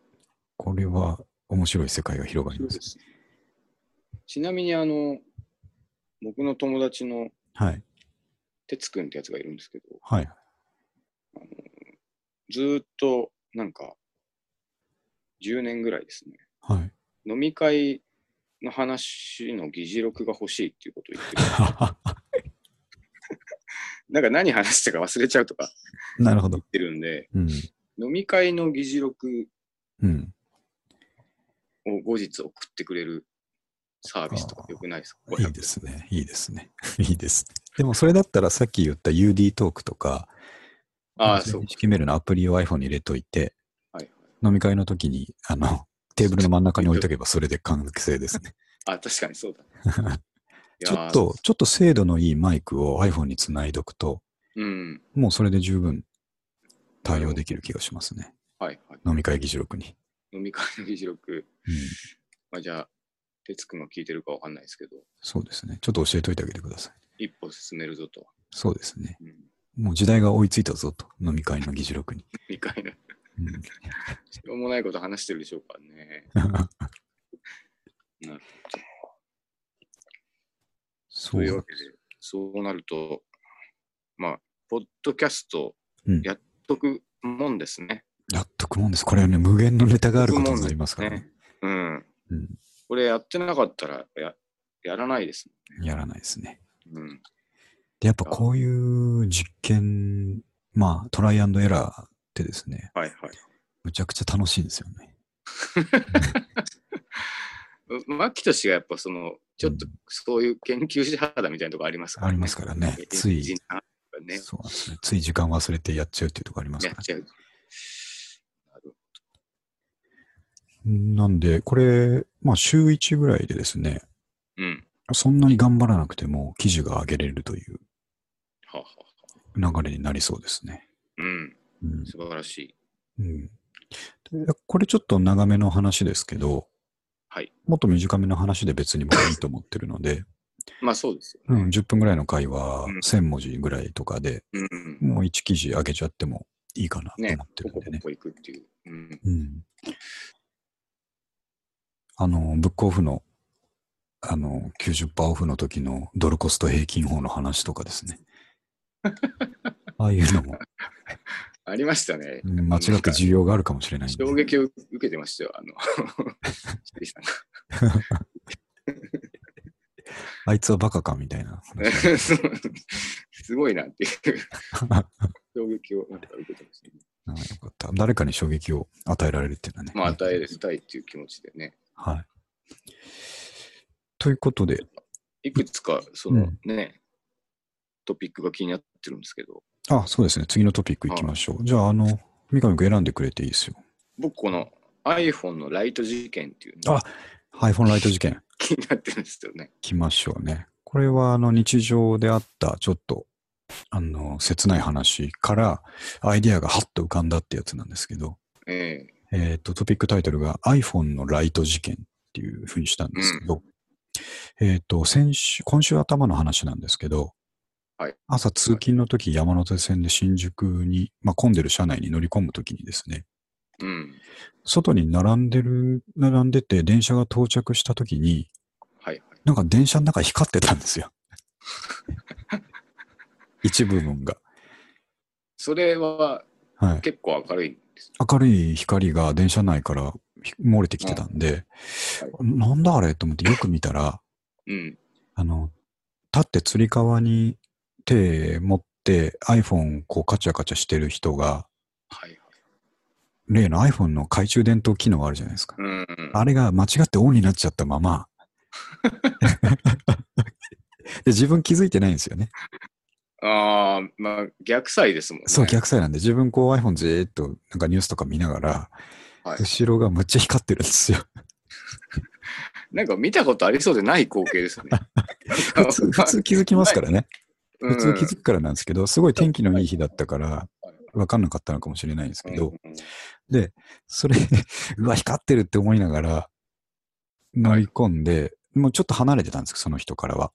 [SPEAKER 1] これは面白い世界が広がり
[SPEAKER 2] そう
[SPEAKER 1] ま。
[SPEAKER 2] ですす。ちなみにあの、僕の友達の
[SPEAKER 1] はい。
[SPEAKER 2] 哲くんってやつがいるんですけど、
[SPEAKER 1] はい。
[SPEAKER 2] ずーっとなんか、10年ぐらいですね。
[SPEAKER 1] はい。
[SPEAKER 2] 飲み会の話の議事録が欲しいっていうことを言っ てる。なんか何話したか忘れちゃうとか
[SPEAKER 1] なるほど。
[SPEAKER 2] 言ってるんで、
[SPEAKER 1] うん。
[SPEAKER 2] 飲み会の議事録
[SPEAKER 1] うん。
[SPEAKER 2] を後日送ってくれるサービスとかよくないですか
[SPEAKER 1] いいですね。いいですね。いいです。でもそれだったらさっき言った UD トークとか、
[SPEAKER 2] ああ、
[SPEAKER 1] 音
[SPEAKER 2] そ
[SPEAKER 1] 声
[SPEAKER 2] う
[SPEAKER 1] 認。識メールのアプリを iPhone に入れといて、
[SPEAKER 2] はいはい、
[SPEAKER 1] 飲み会の時に、あの、テーブルの真ん中に置い とけばそれで完成ですね。
[SPEAKER 2] あ、確かにそうだ。い
[SPEAKER 1] ちょ
[SPEAKER 2] やー
[SPEAKER 1] っと、ちょっと精度のいいマイクを iPhone につないどくと、
[SPEAKER 2] うん。
[SPEAKER 1] もうそれで十分対応できる気がしますね。
[SPEAKER 2] はいはい。
[SPEAKER 1] 飲み会議事録に。
[SPEAKER 2] 飲み会の議事録。
[SPEAKER 1] うん、
[SPEAKER 2] まあじゃあ、哲くんが聞いてるかわかんないですけど、
[SPEAKER 1] そうですね。ちょっと教えといてあげてください。
[SPEAKER 2] 一歩進めるぞと。
[SPEAKER 1] そうですね。
[SPEAKER 2] うん、
[SPEAKER 1] もう時代が追いついたぞと、飲み会の議事録に。
[SPEAKER 2] 2回の。
[SPEAKER 1] うん、
[SPEAKER 2] しょうもないこと話してるでしょうからね。
[SPEAKER 1] そ
[SPEAKER 2] と
[SPEAKER 1] う
[SPEAKER 2] いうわけで、そうなると、まあ、ポッドキャスト、
[SPEAKER 1] うん
[SPEAKER 2] やっとくもんですね。
[SPEAKER 1] やっとくもんです。これはね、無限のネタがあることになりますからね。
[SPEAKER 2] ねうん。
[SPEAKER 1] うん、
[SPEAKER 2] これやってなかったらや、やらないです
[SPEAKER 1] やらないですね。
[SPEAKER 2] もん。うん。
[SPEAKER 1] で、やっぱこういう実験、まあ、トライアンドエラーってですね、
[SPEAKER 2] はいはい。
[SPEAKER 1] むちゃくちゃ楽しいんですよね。
[SPEAKER 2] マキト氏がやっぱその、ちょっとそういう研究者肌みたいなとこありますから、ね。
[SPEAKER 1] ありますからね
[SPEAKER 2] エン
[SPEAKER 1] つい
[SPEAKER 2] ジニアとかね、
[SPEAKER 1] そうなんですね。つい時間忘れてやっちゃうっていうところあります
[SPEAKER 2] や
[SPEAKER 1] か
[SPEAKER 2] っ
[SPEAKER 1] ら、
[SPEAKER 2] ち
[SPEAKER 1] ね。
[SPEAKER 2] ゃう。
[SPEAKER 1] なんで、これ、まあ、週1ぐらいでですね、
[SPEAKER 2] うん。
[SPEAKER 1] そんなに頑張らなくても記事が上げれるという
[SPEAKER 2] はあ、はあはあ、
[SPEAKER 1] 流れになりそうですね。
[SPEAKER 2] うん。
[SPEAKER 1] うん
[SPEAKER 2] 素晴らしい。
[SPEAKER 1] うんでこれちょっと長めの話ですけど、
[SPEAKER 2] はい
[SPEAKER 1] もっと短めの話で別に僕はいいと思ってるので、
[SPEAKER 2] まあそうです
[SPEAKER 1] う
[SPEAKER 2] よね。
[SPEAKER 1] ん、10分ぐらいの会話、
[SPEAKER 2] うん
[SPEAKER 1] 1000文字ぐらいとかで
[SPEAKER 2] うん。
[SPEAKER 1] もう1記事上げちゃってもいいかなと
[SPEAKER 2] ね
[SPEAKER 1] 思って
[SPEAKER 2] ポ
[SPEAKER 1] るん
[SPEAKER 2] コ
[SPEAKER 1] で
[SPEAKER 2] ポ
[SPEAKER 1] ね。
[SPEAKER 2] コいくっていう。うん。
[SPEAKER 1] うん、あの、ブックオフのあの90%オフの時のドルコスト平均法の話とかです ね。ああいうのも
[SPEAKER 2] ありましたね。
[SPEAKER 1] うん間違って需要があるかもしれないんで。
[SPEAKER 2] 衝撃を受けてましたよ、 あの、シリさん
[SPEAKER 1] あいつはバカかみたいな 話。
[SPEAKER 2] がそう すごいなっていう衝撃をなんか受けてました、ね。
[SPEAKER 1] ああよかった。誰かに衝撃を与えられるっていうのはね。
[SPEAKER 2] まあ、与えたいっていう気持ちでね。
[SPEAKER 1] はい。ということで、
[SPEAKER 2] いくつか、その
[SPEAKER 1] うん
[SPEAKER 2] ね、トピックが気になってるんですけど、
[SPEAKER 1] あ、そうですね。次のトピックいきましょう。じゃあ、あの、三上君選んでくれていいですよ。
[SPEAKER 2] 僕、この iPhone のライト事件っていうの
[SPEAKER 1] あ
[SPEAKER 2] が
[SPEAKER 1] iPhone ライト事件、い
[SPEAKER 2] 気になってるんですよね。
[SPEAKER 1] きましょうね。これは、あの、日常であった、ちょっと、あの、切ない話から、アイデアがハッと浮かんだってやつなんですけど、
[SPEAKER 2] ええ
[SPEAKER 1] えっ、と、トピックタイトルが iPhone のライト事件っていうふうにしたんですけど、えっ、と、先週、今週頭の話なんですけど、
[SPEAKER 2] はい
[SPEAKER 1] 朝通勤の時、山手線で新宿に、まあ、混んでる車内に乗り込む時にですね、
[SPEAKER 2] うん。
[SPEAKER 1] 外に並んでる、並んでて、電車が到着した時に、
[SPEAKER 2] はいはい。
[SPEAKER 1] なんか電車の中光ってたんです よ。一部分が。
[SPEAKER 2] それは
[SPEAKER 1] はい。
[SPEAKER 2] 結構明るいんです。
[SPEAKER 1] 明るい光が電車内からひ漏れてきてたんで、なんだあれと思ってよく見たら、
[SPEAKER 2] うん。
[SPEAKER 1] あの、立ってつり革に手持って iPhone こうカチャカチャしてる人が、
[SPEAKER 2] はいはい。
[SPEAKER 1] 例の iPhone の懐中電灯機能あるじゃないですか。
[SPEAKER 2] うん。
[SPEAKER 1] あれが間違ってオンになっちゃったま ま、で自分気づいてないんですよね。
[SPEAKER 2] ああ、まあ、逆サイですもんね。
[SPEAKER 1] そう、逆サイなんで、自分こう iPhone じーっとなんかニュースとか見ながら、
[SPEAKER 2] はい
[SPEAKER 1] 後ろがむっちゃ光ってるんです よ。
[SPEAKER 2] なんか見たことありそうでない光景ですね。
[SPEAKER 1] 普通普通気づきますからね。
[SPEAKER 2] うん
[SPEAKER 1] 普通気づくからなんですけど、すごい天気のいい日だったから、わかんなかったのかもしれないんですけど、
[SPEAKER 2] うん
[SPEAKER 1] で、それ、 うわ、光ってるって思いながら、乗り込んで、もうちょっと離れてたんですよ、その人からは。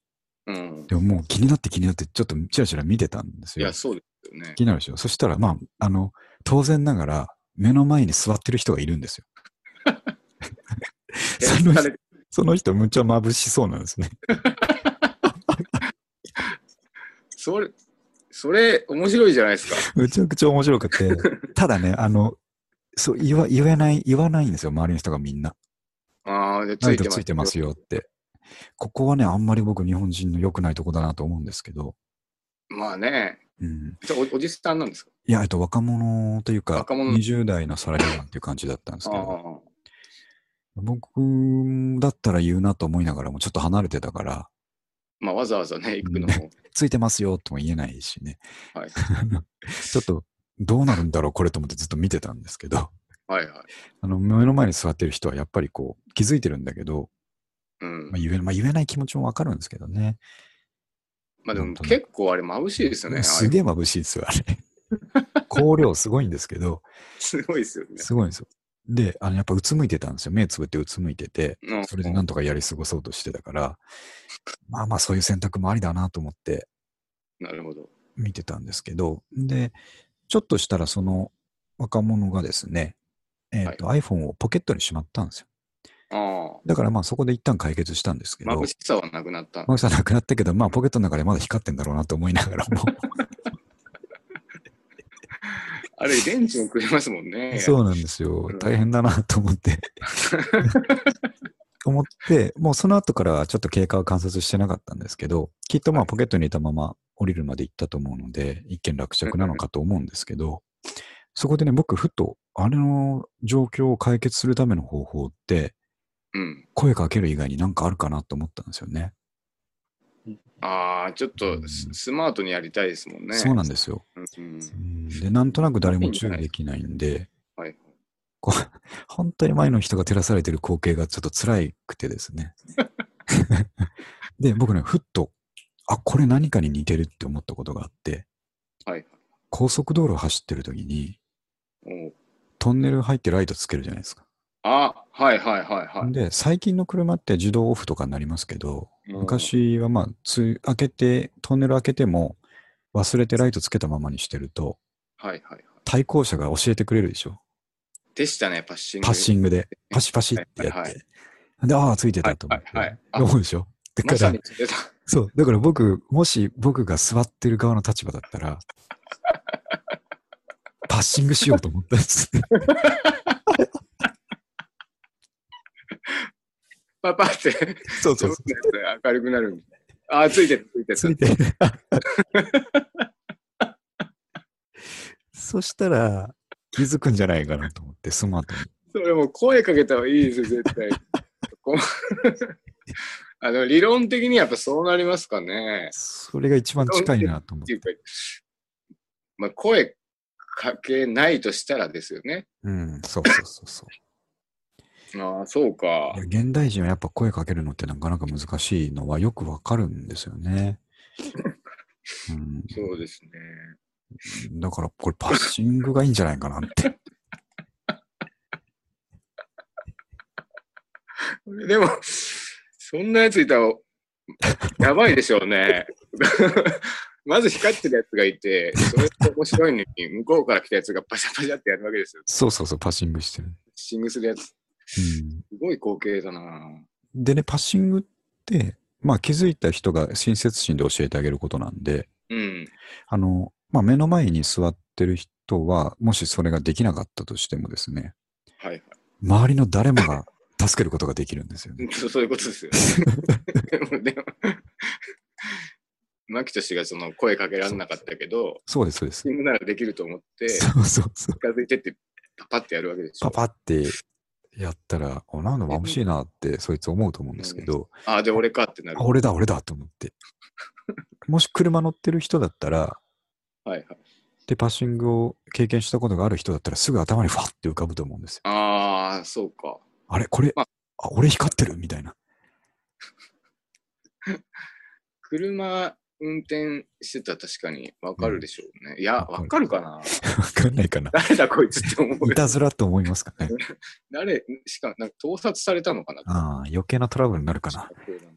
[SPEAKER 2] うん。
[SPEAKER 1] でももう気になって気になって、ちょっとチラチラ見てたんです
[SPEAKER 2] い
[SPEAKER 1] よ
[SPEAKER 2] や、。そうですよね
[SPEAKER 1] 気。になるでしょ。そしたら、まあ、あの、当然ながら、目の前に座ってる人がいるんですよ。
[SPEAKER 2] え
[SPEAKER 1] その
[SPEAKER 2] 疲
[SPEAKER 1] 人
[SPEAKER 2] れ
[SPEAKER 1] その人、むっちゃ眩しそうなんですね。
[SPEAKER 2] それ、それ、面白いじゃないですか。
[SPEAKER 1] むちゃくちゃ面白くて、ただね、あの、そう言わ言えない、言わないんですよ、周りの人がみんな。
[SPEAKER 2] ああ、でつ
[SPEAKER 1] ライ
[SPEAKER 2] い
[SPEAKER 1] ト
[SPEAKER 2] てます。
[SPEAKER 1] ついてますよって。ここはね、あんまり僕、日本人の良くないとこだなと思うんですけど、
[SPEAKER 2] まあね、
[SPEAKER 1] うん、
[SPEAKER 2] じゃあおおじさんなんですか
[SPEAKER 1] いや、えっと、若者というか、
[SPEAKER 2] 若者
[SPEAKER 1] 20代のサラリーマンっていう感じだったんですけ
[SPEAKER 2] あ
[SPEAKER 1] ど、
[SPEAKER 2] あ。
[SPEAKER 1] 僕だったら言うなと思いながらもちょっと離れてたから、
[SPEAKER 2] まあ、わざわざね、行くのも。
[SPEAKER 1] ついてますよとも言えないしね。
[SPEAKER 2] は い
[SPEAKER 1] ちょっと、どうなるんだろう、これと思ってずっと見てたんですけど、
[SPEAKER 2] はいはい。
[SPEAKER 1] あの、目の前に座ってる人はやっぱりこう、気づいてるんだけど、
[SPEAKER 2] う
[SPEAKER 1] ま
[SPEAKER 2] ん
[SPEAKER 1] あ。言えまあ、言えない気持ちもわかるんですけどね。
[SPEAKER 2] まあ、で
[SPEAKER 1] 本
[SPEAKER 2] も
[SPEAKER 1] 当に
[SPEAKER 2] 結構あれ眩しいですよね。あれ
[SPEAKER 1] すげえ眩しいですよ、あ れ。光量すごいんですけど、
[SPEAKER 2] すごいですよね。
[SPEAKER 1] すごいんですよ。で、あの、やっぱうつむいてたんですよ。目つぶってうつむいてて、
[SPEAKER 2] うん
[SPEAKER 1] それでなんとかやり過ごそうとしてたから、まあまあそういう選択もありだなと思って
[SPEAKER 2] なるほど。
[SPEAKER 1] 見てたんですけど、で、ちょっとしたらその若者がですね、えっと iPhone をポケットにしまったんですよ。
[SPEAKER 2] あ
[SPEAKER 1] だからまあそこで一旦解決したんですけ
[SPEAKER 2] あ。
[SPEAKER 1] ど、
[SPEAKER 2] 眩しさはなくなった。
[SPEAKER 1] マキさん亡くなったけど、まあポケットの中でまだ光ってんだろうなと思いながらも、
[SPEAKER 2] あれ、電池もくれますもんね。
[SPEAKER 1] そうなんですよ
[SPEAKER 2] う。ん
[SPEAKER 1] 大変だなと思 って。思って、もうその後からはちょっと経過を観察してなかったんですけど、きっとまあポケットにいたまま降りるまで行ったと思うので、一見落着なのかと思うんですけど、そこでね、僕ふと、あれの状況を解決するための方法って、
[SPEAKER 2] うん。
[SPEAKER 1] 声かける以外になんかあるかなと思ったんですよね。
[SPEAKER 2] ああ、ちょっとススマートにやりたいですもんね。
[SPEAKER 1] そうなんですよ。
[SPEAKER 2] す。うん、
[SPEAKER 1] で、なんとなく誰も注意できないんで、
[SPEAKER 2] はい。
[SPEAKER 1] こう 本当に前の人が照らされてる光景がちょっと辛くてですね。で、僕ね、ふっと、あ、これ何かに似てるって思ったことがあって、
[SPEAKER 2] はい。
[SPEAKER 1] 高速道路走ってる時に、
[SPEAKER 2] おう
[SPEAKER 1] トンネル入ってライトつけるじゃないですか。
[SPEAKER 2] あ、はいはいはいはい。
[SPEAKER 1] で、最近の車って自動オフとかになりますけど、
[SPEAKER 2] うん
[SPEAKER 1] 昔はまあ、つ開けて、トンネル開けても、忘れてライトつけたままにしてると、
[SPEAKER 2] はいはいはい。
[SPEAKER 1] 対向車が教えてくれるでしょ。
[SPEAKER 2] でしたね、パッシング。
[SPEAKER 1] パッシング で、パシパシってやって。
[SPEAKER 2] はいはい
[SPEAKER 1] で、ああ、ついてたと思って。
[SPEAKER 2] はいはいはい
[SPEAKER 1] 思うでしょだ
[SPEAKER 2] ま
[SPEAKER 1] か
[SPEAKER 2] さ
[SPEAKER 1] ら
[SPEAKER 2] に、それだ。
[SPEAKER 1] そう。だから僕、もし僕が座ってる側の立場だった ら、パッシングしようと思ったんです。
[SPEAKER 2] パパって、
[SPEAKER 1] そう
[SPEAKER 2] そうですね明るくなるんで。あ、ついてる、ついて
[SPEAKER 1] つ
[SPEAKER 2] る。
[SPEAKER 1] いて。そしたら、気づくんじゃないかなと思って、スマートに。
[SPEAKER 2] それもう声かけた方がいいですよ、絶対。こう あの理論的にやっぱそうなりますかね。
[SPEAKER 1] それが一番近いなと思っ
[SPEAKER 2] っ
[SPEAKER 1] て
[SPEAKER 2] い
[SPEAKER 1] て
[SPEAKER 2] う。か、まあ、声かけないとしたらですよね。
[SPEAKER 1] うん、そうそうそうそう。
[SPEAKER 2] ああ、そうか
[SPEAKER 1] いや。現代人はやっぱ声かけるのってなかなか難しいのはよくわかるんですよね。うん、
[SPEAKER 2] そうですね。
[SPEAKER 1] だからこれパッシングがいいんじゃないかな って。
[SPEAKER 2] でも、 そんなやついたら、やばいでしょうね。 まず光ってるやつがいて、それって面白いのに、向こうから来たやつがパシャパシャってやるわけですよ。
[SPEAKER 1] そうそうそう、パッシングしてる。
[SPEAKER 2] シングするやつ。すごい光景だな。
[SPEAKER 1] うん、でね、パッシングって、まあ気づいた人が親切心で教えてあげることなんで、
[SPEAKER 2] うん。
[SPEAKER 1] あの、まあ目の前に座ってる人は、もしそれができなかったとしてもですね、
[SPEAKER 2] はいはい。
[SPEAKER 1] 周りの誰もが助けることができるんですよね。
[SPEAKER 2] そうそういうことですよ。 でも、でも、牧キト氏がその声かけられなかったけど、
[SPEAKER 1] そうです、そうです
[SPEAKER 2] チ。ームならできると思って、
[SPEAKER 1] そうそうそう。
[SPEAKER 2] 近づいてって、パパってやるわけでしょ。
[SPEAKER 1] パパってやったら、おなんだ、眩しいなって、そいつ思うと思うんですけど、
[SPEAKER 2] ああ、で、俺かってなる。
[SPEAKER 1] あ、俺だ、俺だと思って。 もし車乗ってる人だったら、
[SPEAKER 2] はいはい。
[SPEAKER 1] で、パッシングを経験したことがある人だったら、すぐ頭にファッて浮かぶと思うんですよ。
[SPEAKER 2] ああ、そうか。
[SPEAKER 1] あれ、これ、
[SPEAKER 2] ま
[SPEAKER 1] あ、俺光ってるみたいな。
[SPEAKER 2] 車運転してたら確かに分かるでしょうね。いや、分かるかな。
[SPEAKER 1] わかんないかな。
[SPEAKER 2] 誰だこいつって思う
[SPEAKER 1] い。たずらと思いますかね。
[SPEAKER 2] 誰、しかもなんか盗撮されたのかな。
[SPEAKER 1] ああ、余計なトラブルになるかな。
[SPEAKER 2] そうだな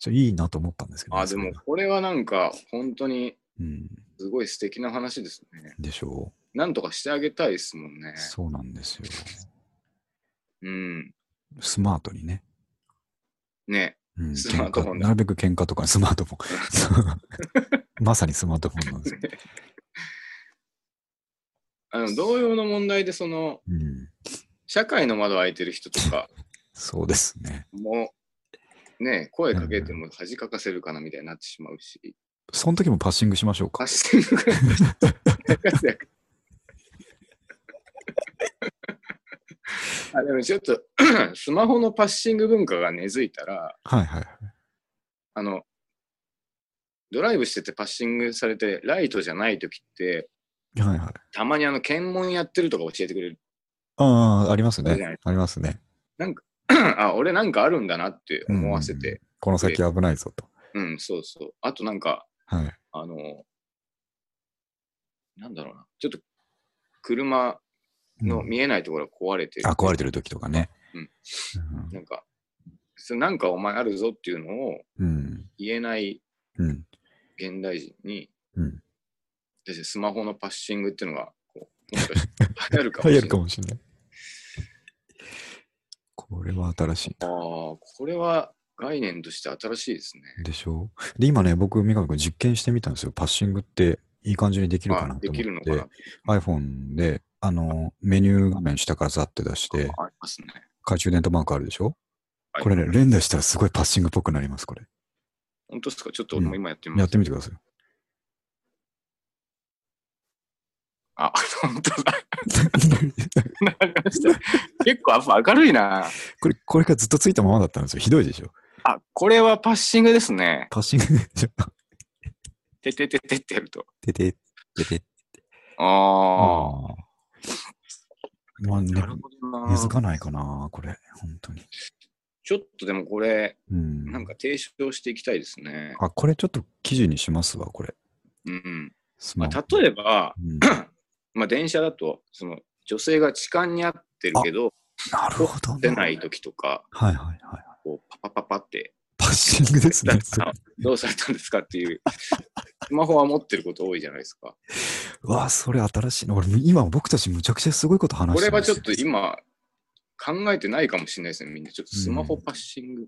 [SPEAKER 1] ちょいいなと思ったんですけど、
[SPEAKER 2] ああ、でもこれはなんか、本当に
[SPEAKER 1] うん。
[SPEAKER 2] すごい素敵な話ですね。
[SPEAKER 1] でしょ
[SPEAKER 2] なんとかしてあげたいですもんね
[SPEAKER 1] う。。そうなんですよ。
[SPEAKER 2] うん。
[SPEAKER 1] スマートにね。
[SPEAKER 2] ね。
[SPEAKER 1] うん、
[SPEAKER 2] スマートフォン
[SPEAKER 1] 喧嘩
[SPEAKER 2] だ
[SPEAKER 1] なるべく喧嘩とかスマートフ ォン。まさにスマートフォンなんですよ。
[SPEAKER 2] あの、同様の問題で、その、
[SPEAKER 1] うん、
[SPEAKER 2] 社会の窓開いてる人とか
[SPEAKER 1] そうですね。
[SPEAKER 2] も、ね、声かけても恥かかせるかなみたいになってしまうし、
[SPEAKER 1] その時もパッシングしましょう
[SPEAKER 2] パ
[SPEAKER 1] か
[SPEAKER 2] ッ。シングが大活躍。あでもちょっと スマホのパッシング文化が根付いたら
[SPEAKER 1] はいはいはい。
[SPEAKER 2] あのドライブしててパッシングされてライトじゃない時って
[SPEAKER 1] はいはい。
[SPEAKER 2] たまにあの検問やってるとか教えてくれる
[SPEAKER 1] ああ、あります
[SPEAKER 2] そうじゃな
[SPEAKER 1] ね
[SPEAKER 2] い。
[SPEAKER 1] ありますね。
[SPEAKER 2] あ俺なんかあるんだなって思わせ
[SPEAKER 1] うん
[SPEAKER 2] て。
[SPEAKER 1] この先危ないぞと。
[SPEAKER 2] うん、そうそうあとなんか
[SPEAKER 1] はい。
[SPEAKER 2] あのなんだろうなちょっと車の
[SPEAKER 1] うん
[SPEAKER 2] 見えないところが壊れてる、
[SPEAKER 1] あ、壊れてる時とかね。
[SPEAKER 2] うん
[SPEAKER 1] うん
[SPEAKER 2] なんか、それなんかお前あるぞっていうのを
[SPEAKER 1] うん。
[SPEAKER 2] 言えない
[SPEAKER 1] うん。
[SPEAKER 2] 現代人に、
[SPEAKER 1] うん。
[SPEAKER 2] 私スマホのパッシングっていうのが、こう、もしかして流行るかも
[SPEAKER 1] 流行る
[SPEAKER 2] しれな
[SPEAKER 1] か
[SPEAKER 2] い。
[SPEAKER 1] もしれない。これは新しい
[SPEAKER 2] ああ、これは概念として新しいですね。
[SPEAKER 1] な。でしょう。で、今ね、僕、三上君実験してみたんですよ。パッシングっていい感じにできるか
[SPEAKER 2] ま
[SPEAKER 1] な
[SPEAKER 2] あ、
[SPEAKER 1] と
[SPEAKER 2] で
[SPEAKER 1] 思
[SPEAKER 2] きるの
[SPEAKER 1] っ
[SPEAKER 2] かな
[SPEAKER 1] て。。iPhone で、あの、メニュー画面下からザって出して、
[SPEAKER 2] あありますね。
[SPEAKER 1] 懐中電灯マークあるでしょ
[SPEAKER 2] はい
[SPEAKER 1] これね、連打したらすごいパッシングっぽくなります、これ。
[SPEAKER 2] 本当ですかちょっと俺も今やってみ
[SPEAKER 1] や
[SPEAKER 2] ま
[SPEAKER 1] っ
[SPEAKER 2] す。
[SPEAKER 1] てみてください。
[SPEAKER 2] あ、本当だ。 流れました結構やっぱ明るいな。
[SPEAKER 1] これ、これがずっとついたままだったんですよ。ひどいでしょ
[SPEAKER 2] あ、これはパッシングですね。
[SPEAKER 1] パッシングでしょ
[SPEAKER 2] ててててってやると。
[SPEAKER 1] てて、てて。
[SPEAKER 2] ああ。
[SPEAKER 1] あー。まあね
[SPEAKER 2] な、るほど
[SPEAKER 1] 根
[SPEAKER 2] な。
[SPEAKER 1] 付かないかな、これ。本当に。
[SPEAKER 2] ちょっとでもこれ、
[SPEAKER 1] うん。
[SPEAKER 2] なんか提唱していきたいですね。
[SPEAKER 1] あ、これちょっと記事にしますわ、これ。
[SPEAKER 2] うん
[SPEAKER 1] ス
[SPEAKER 2] ま
[SPEAKER 1] マ
[SPEAKER 2] あ
[SPEAKER 1] ホ、
[SPEAKER 2] 例えば、
[SPEAKER 1] うん
[SPEAKER 2] まあ、電車だとその女性が痴漢に遭ってるけど
[SPEAKER 1] なるほど、ね。
[SPEAKER 2] 出ない時とか
[SPEAKER 1] はいはいはいはい。
[SPEAKER 2] こうパパパパって
[SPEAKER 1] パッシングです ね。それ
[SPEAKER 2] どうされたんですかっていう スマホは持ってること多いじゃないですか。
[SPEAKER 1] うわあ、それ新しいな。俺、今僕たちむちゃくちゃすごいこと話
[SPEAKER 2] こ
[SPEAKER 1] して
[SPEAKER 2] れ
[SPEAKER 1] る
[SPEAKER 2] はちょっと今考えてないかもしれないですねみんなちょっとスマホパッシング、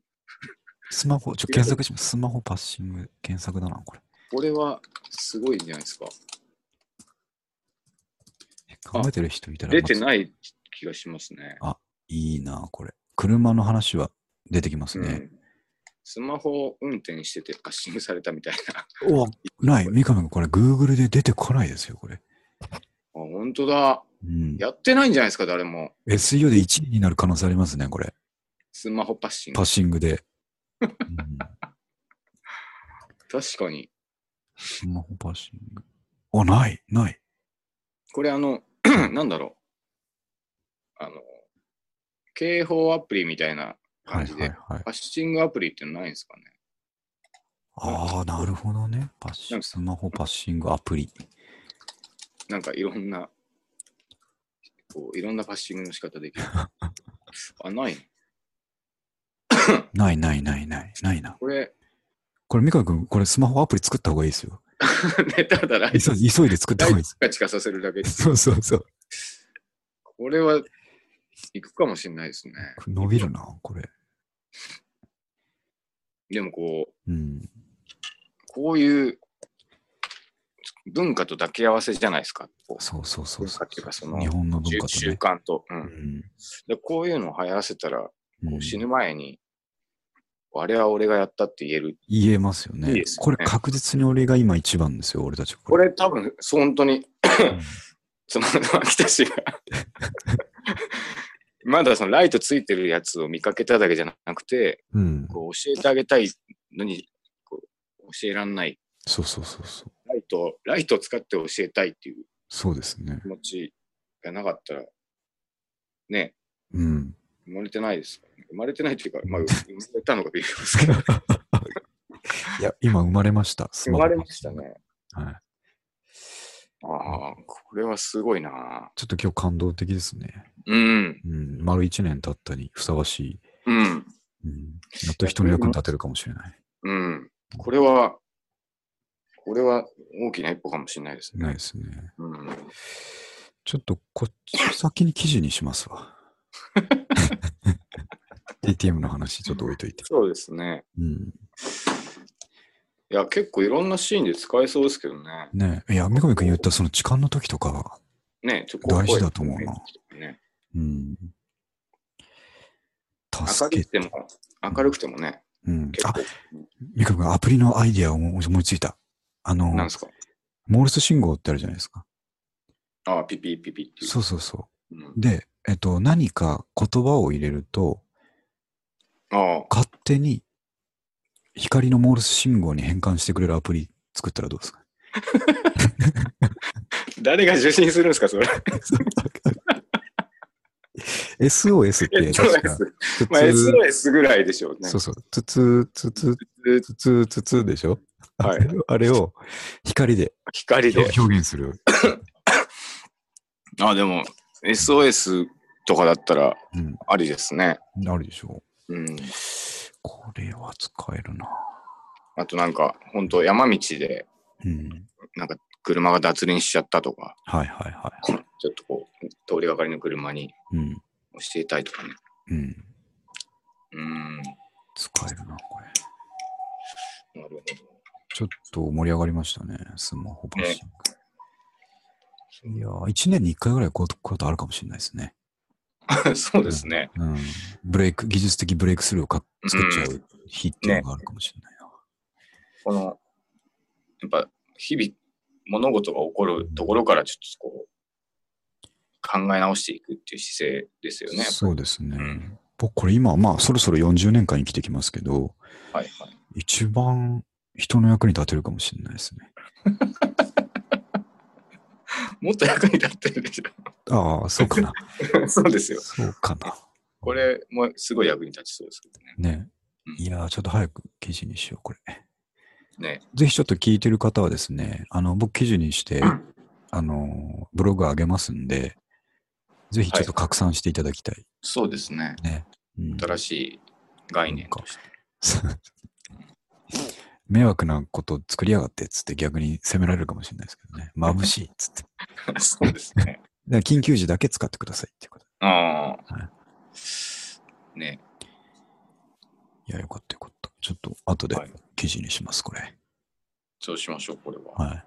[SPEAKER 1] スマホ、ちょ、検索します。スマホパッシング、検索だな、これ。
[SPEAKER 2] これはすごいじゃないですか
[SPEAKER 1] え考えてる人いたら、
[SPEAKER 2] 出て
[SPEAKER 1] まあ
[SPEAKER 2] ない気がしますね。
[SPEAKER 1] いいな、これ。車の話は出てきます
[SPEAKER 2] う
[SPEAKER 1] ね。
[SPEAKER 2] んスマホ運転しててパッシングされたみたいな。あ
[SPEAKER 1] うわ、ない。三上君、これ、Google で出てこないですよ、これ。
[SPEAKER 2] 本当だ。
[SPEAKER 1] うん。
[SPEAKER 2] やってないんじゃないですか、誰も。
[SPEAKER 1] SEO で1位になる可能性ありますね、これ。
[SPEAKER 2] スマホパッシング
[SPEAKER 1] パッ。シングで。うん
[SPEAKER 2] 確かに。
[SPEAKER 1] スマホパッシング。あ、ない、ない。
[SPEAKER 2] これあの、 なんだろう。あの、警報アプリみたいな
[SPEAKER 1] は
[SPEAKER 2] 感
[SPEAKER 1] い
[SPEAKER 2] じ
[SPEAKER 1] はい
[SPEAKER 2] で、
[SPEAKER 1] はい。
[SPEAKER 2] パッシングアプリってのないんですかね。
[SPEAKER 1] ああ、なるほどね。パッシン
[SPEAKER 2] なん
[SPEAKER 1] グ、スマホパッシングアプリ。
[SPEAKER 2] なんかいろんな、こう、いろんなパッシングの仕方でき る。あ、ない。
[SPEAKER 1] ないないないない、ないな。
[SPEAKER 2] これ、
[SPEAKER 1] これ、三上君、これ、スマホアプリ作った方がいいですよ。
[SPEAKER 2] ネタだら、
[SPEAKER 1] 急い急いで作った方がいいです。
[SPEAKER 2] チカチカさせるだけです。
[SPEAKER 1] そうそうそう。
[SPEAKER 2] これは、いくかもしれないですね。
[SPEAKER 1] これ伸びるな、これ。
[SPEAKER 2] でもこう、
[SPEAKER 1] うん。
[SPEAKER 2] こういう文化と抱き合わせじゃないですか。こう
[SPEAKER 1] そうそうそうそ
[SPEAKER 2] 文化っていうかその
[SPEAKER 1] う。日本の文化と
[SPEAKER 2] 習
[SPEAKER 1] ね。
[SPEAKER 2] 慣と、うん
[SPEAKER 1] うん
[SPEAKER 2] で。こういうのを流行らせたら、
[SPEAKER 1] う
[SPEAKER 2] こ
[SPEAKER 1] ん
[SPEAKER 2] う死ぬ前に、あれは俺がやったって言える。
[SPEAKER 1] 言えますよね
[SPEAKER 2] いいですよ
[SPEAKER 1] こ
[SPEAKER 2] ね
[SPEAKER 1] れ確実に俺が今一番ですよ、俺たち。
[SPEAKER 2] これ多分、そう本当に、
[SPEAKER 1] うん
[SPEAKER 2] 妻の秋田氏が。 まだそのライトついてるやつを見かけただけじゃなくて、
[SPEAKER 1] うん。
[SPEAKER 2] こう教えてあげたいのにこう教えらんない。
[SPEAKER 1] そうそうそうそう。
[SPEAKER 2] ライト、ライトを使って教えたいっていう
[SPEAKER 1] そうですね
[SPEAKER 2] 気。持ちがなかったら、ね、
[SPEAKER 1] うん。
[SPEAKER 2] 生まれてないです。生まれてないっていうか、ま あ、生まれたのか微妙ですけど、
[SPEAKER 1] いや、今生まれました。ス
[SPEAKER 2] 生
[SPEAKER 1] マホ
[SPEAKER 2] まれましたね。
[SPEAKER 1] はい。
[SPEAKER 2] ああ、これはすごいな。
[SPEAKER 1] ちょっと今日感動的ですね。
[SPEAKER 2] うん、
[SPEAKER 1] うん、丸一年経ったにふさわしい、
[SPEAKER 2] うん、
[SPEAKER 1] うん、やっと人の役に立てるかもしれない。
[SPEAKER 2] うん。これは、これは大きな一歩かもしれないですね。
[SPEAKER 1] ないですね。
[SPEAKER 2] うん、
[SPEAKER 1] ちょっとこっち先に記事にします わ。ATM の話ちょっと置いといて。
[SPEAKER 2] そうですね。
[SPEAKER 1] うん、
[SPEAKER 2] いや、結構いろんなシーンで使えそうですけどね。
[SPEAKER 1] ねえ、いや、三上君言ったその痴漢の時とかは、
[SPEAKER 2] ね、ちょ
[SPEAKER 1] 大事だと思うな。
[SPEAKER 2] ね、
[SPEAKER 1] うん、
[SPEAKER 2] 明
[SPEAKER 1] 助
[SPEAKER 2] る
[SPEAKER 1] け
[SPEAKER 2] くても、明るくてもね。
[SPEAKER 1] うん、
[SPEAKER 2] 結
[SPEAKER 1] あ
[SPEAKER 2] 構、
[SPEAKER 1] 三上君、アプリのアイディアを思いついた。あの、
[SPEAKER 2] なんですか
[SPEAKER 1] モールス信号ってあるじゃないですか。
[SPEAKER 2] ああ、ピピピピっていう。
[SPEAKER 1] そうそうそうう。
[SPEAKER 2] ん、
[SPEAKER 1] で、えっと、何か言葉を入れると、
[SPEAKER 2] あ
[SPEAKER 1] 勝手に光のモールス信号に変換してくれるアプリ作ったらどうですか
[SPEAKER 2] あ、誰が受信するんですか、それ。
[SPEAKER 1] ?SOS って 確か、
[SPEAKER 2] SOS。
[SPEAKER 1] つつ
[SPEAKER 2] まあ、SOS ぐらいでしょうね。
[SPEAKER 1] そうそう、つつ、つつ、
[SPEAKER 2] ず
[SPEAKER 1] つつ、つつでしょ
[SPEAKER 2] は
[SPEAKER 1] あ
[SPEAKER 2] い
[SPEAKER 1] れをあれを光で
[SPEAKER 2] 光で。
[SPEAKER 1] 表現する。
[SPEAKER 2] あ、でも、SOS とかだったら
[SPEAKER 1] うん、
[SPEAKER 2] ありですね。
[SPEAKER 1] あるでしょ
[SPEAKER 2] うん。
[SPEAKER 1] これは使えるな。
[SPEAKER 2] あとなんか、本当山道で、
[SPEAKER 1] うん。
[SPEAKER 2] なんか、車が脱輪しちゃったとか、
[SPEAKER 1] はいはいは
[SPEAKER 2] ちょっとこう、通りがかりの車に
[SPEAKER 1] い。うん。
[SPEAKER 2] 押していたいとかね。
[SPEAKER 1] うん。
[SPEAKER 2] うん。な
[SPEAKER 1] 使えるな、これ。
[SPEAKER 2] るほど。
[SPEAKER 1] ちょっと盛り上がりましたね、スマホバッシング。いやー、1年に1回ぐらいこうこういうことあるかもしれないですね。
[SPEAKER 2] そうですね。
[SPEAKER 1] うん。ブレイク、技術的ブレイクスルーをか作っちゃう日っていうのがあるかもしれないな。
[SPEAKER 2] この、やっぱ、日々、物事が起こるところから、ちょっとこう、考え直していくっていう姿勢ですよね。
[SPEAKER 1] そうですね。
[SPEAKER 2] うん
[SPEAKER 1] 僕、これ今、まあ、そろそろ40年間生きてきますけど、
[SPEAKER 2] はいはい。
[SPEAKER 1] 一番人の役に立てるかもしれないですね。
[SPEAKER 2] もっと役に立ってるでし
[SPEAKER 1] ああ、そうか な。
[SPEAKER 2] ょ。そうですよ。
[SPEAKER 1] そうかな。
[SPEAKER 2] これもすごい役に立ちそうですけどね。
[SPEAKER 1] ね。
[SPEAKER 2] うん
[SPEAKER 1] いやー、ちょっと早く記事にしよう、これ。
[SPEAKER 2] ね。
[SPEAKER 1] ぜひちょっと聞いてる方はですね、あの、僕記事にして、あの、ブログ上げますんで、ぜひちょっと拡散していただきたい。
[SPEAKER 2] そうですね。
[SPEAKER 1] ね。うん、
[SPEAKER 2] 新しい概念として。
[SPEAKER 1] 迷惑なこと作りやがってっつって逆に責められるかもしれないですけどね。眩しいっつって。だか
[SPEAKER 2] そうですね。
[SPEAKER 1] ら緊急時だけ使ってくださいっていうこと。
[SPEAKER 2] あ
[SPEAKER 1] は
[SPEAKER 2] あ。ね。
[SPEAKER 1] いや、よかったよかった。ちょっと後で
[SPEAKER 2] はい
[SPEAKER 1] 記事にします、これ。
[SPEAKER 2] そうしましょう、これは。
[SPEAKER 1] はい。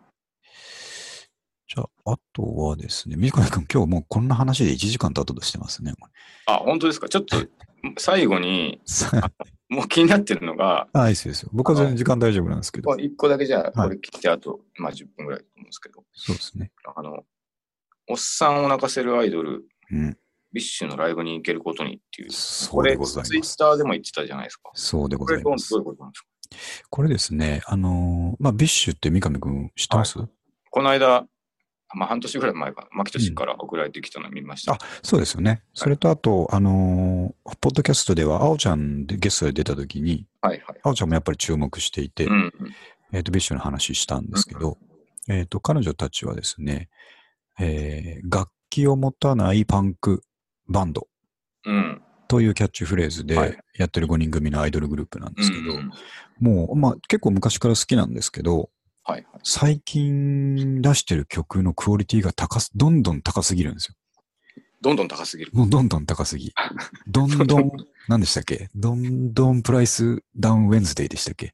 [SPEAKER 1] じゃあ、あとはですね、水川君、今日もうこんな話で1時間と後としてますね。これ
[SPEAKER 2] あ、本当ですか。ちょっと、最後に、
[SPEAKER 1] さ
[SPEAKER 2] もう気になってるのが、
[SPEAKER 1] あ、いいですよいいですよ。僕は全然時間大丈夫なんですけど。
[SPEAKER 2] 1個だけじゃあ、
[SPEAKER 1] は
[SPEAKER 2] こ
[SPEAKER 1] い
[SPEAKER 2] れ聞いて、あと、まあ10分ぐらいだと思うんですけど、
[SPEAKER 1] そうですね。
[SPEAKER 2] あの、おっさんを泣かせるアイドル、
[SPEAKER 1] うん。
[SPEAKER 2] ビッシュのライブに行けることにっていう、
[SPEAKER 1] そ
[SPEAKER 2] こ
[SPEAKER 1] うで
[SPEAKER 2] れ、
[SPEAKER 1] ござ
[SPEAKER 2] ツイ
[SPEAKER 1] いま
[SPEAKER 2] ッ
[SPEAKER 1] す。
[SPEAKER 2] ターでも言ってたじゃないですか。
[SPEAKER 1] そうでご
[SPEAKER 2] こ
[SPEAKER 1] ざ
[SPEAKER 2] れ
[SPEAKER 1] い
[SPEAKER 2] どう、
[SPEAKER 1] ま
[SPEAKER 2] ど
[SPEAKER 1] す
[SPEAKER 2] うい。うことなんですか
[SPEAKER 1] これですね、あのーまあ、ビッシュって三上君知ってます、
[SPEAKER 2] この間、まあ、半年ぐらい前かな、牧田氏から送られてきたの見ました。
[SPEAKER 1] あ、そうですよね。それとあと、あのーポッドキャストでは、あおちゃんでゲストで出たときに、
[SPEAKER 2] はいはい。
[SPEAKER 1] あおちゃんもやっぱり注目していて、
[SPEAKER 2] うん。
[SPEAKER 1] えっ、と、ビッシュの話したんですけど、えっ、と、彼女たちはですね、えー楽器を持たないパンクバンド
[SPEAKER 2] うん。
[SPEAKER 1] というキャッチフレーズ
[SPEAKER 2] はい
[SPEAKER 1] でやってる5人組のアイドルグループなん
[SPEAKER 2] う
[SPEAKER 1] ですけど、
[SPEAKER 2] ん。
[SPEAKER 1] もう、まあ、結構昔から好きなんですけど、
[SPEAKER 2] はいはい。
[SPEAKER 1] 最近出してる曲のクオリティが高す、どんどん高すぎるんですよ。
[SPEAKER 2] どんどん高すぎる。
[SPEAKER 1] もうどんどん高す ぎ。どんどん、何でしたっけどんどんプライスダウンウェンズデーでしたっけ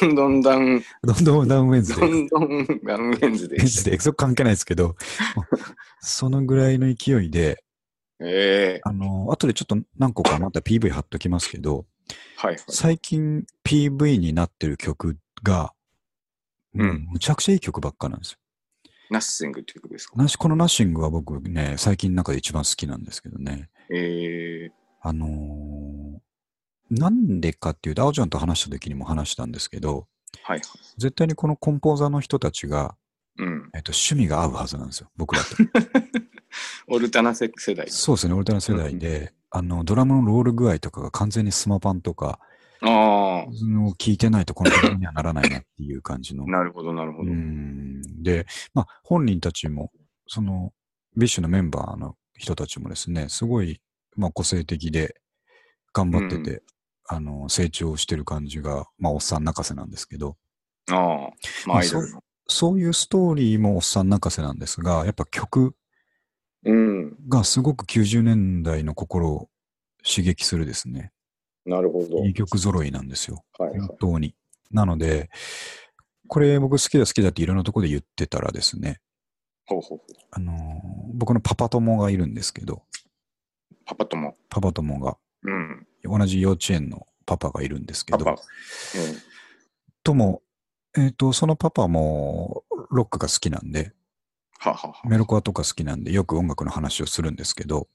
[SPEAKER 2] どんどんだん、
[SPEAKER 1] どんどんダウンウェンズデ
[SPEAKER 2] ど
[SPEAKER 1] ー。
[SPEAKER 2] んどんガンウェンズで
[SPEAKER 1] ウェン。ズデー、そこ関係ないですけど、もうそのぐらいの勢いで、
[SPEAKER 2] ええ
[SPEAKER 1] あの、後でちょっと何個かまた PV 貼っときますけど、
[SPEAKER 2] はいはい。
[SPEAKER 1] 最近 PV になってる曲が、
[SPEAKER 2] うん
[SPEAKER 1] もむちゃくちゃいい曲ばっかなんですよ。
[SPEAKER 2] ナッシングっていう曲ですか
[SPEAKER 1] なし、このナッシングは僕ね、最近の中で一番好きなんですけどね。
[SPEAKER 2] ええ
[SPEAKER 1] あのーなんでかっていうと、あおちゃんと話した時にも話したんですけど、
[SPEAKER 2] はいはい。
[SPEAKER 1] 絶対にこのコンポーザーの人たちが、
[SPEAKER 2] うん。
[SPEAKER 1] えっと、趣味が合うはずなんですよ、僕 だと。
[SPEAKER 2] オルタナセ世代。
[SPEAKER 1] そうですね、俺らの世代で、あの、ドラムのロール具合とかが完全にスマパンとか、
[SPEAKER 2] あ
[SPEAKER 1] その聞いてないとこの曲にはならないなっていう感じの
[SPEAKER 2] あ、。 なるほどなるほ
[SPEAKER 1] う
[SPEAKER 2] ど。
[SPEAKER 1] ん。で、まあ、本人たちも、その、ビッシュのメンバーの人たちもですね、すごい、まあ、個性的で、頑張ってて、あの、成長してる感じが、まあ、おっさん泣かせなんですけど、
[SPEAKER 2] ああ、まあ
[SPEAKER 1] まあ
[SPEAKER 2] アイドルの。
[SPEAKER 1] そういうストーリーもおっさん泣かせなんですが、やっぱ曲
[SPEAKER 2] うん。
[SPEAKER 1] がすごく90年代の心を刺激するですね。
[SPEAKER 2] なるほど。
[SPEAKER 1] いい曲揃いなんですよ。
[SPEAKER 2] はいはい
[SPEAKER 1] 本。当に。なので、これ僕好きだ好きだっていろんなところで言ってたらですね、
[SPEAKER 2] ほうほうほう。
[SPEAKER 1] あのー僕のパパ友がいるんですけど、
[SPEAKER 2] パパとも。
[SPEAKER 1] パパ友が、
[SPEAKER 2] うん。
[SPEAKER 1] 同じ幼稚園のパパがいるんですけ
[SPEAKER 2] パ
[SPEAKER 1] ど
[SPEAKER 2] パ。うん、。
[SPEAKER 1] とも、えっ、と、そのパパもロックが好きなんで、
[SPEAKER 2] ははは。
[SPEAKER 1] メロコアとか好きなんで、よく音楽の話をするんですけど、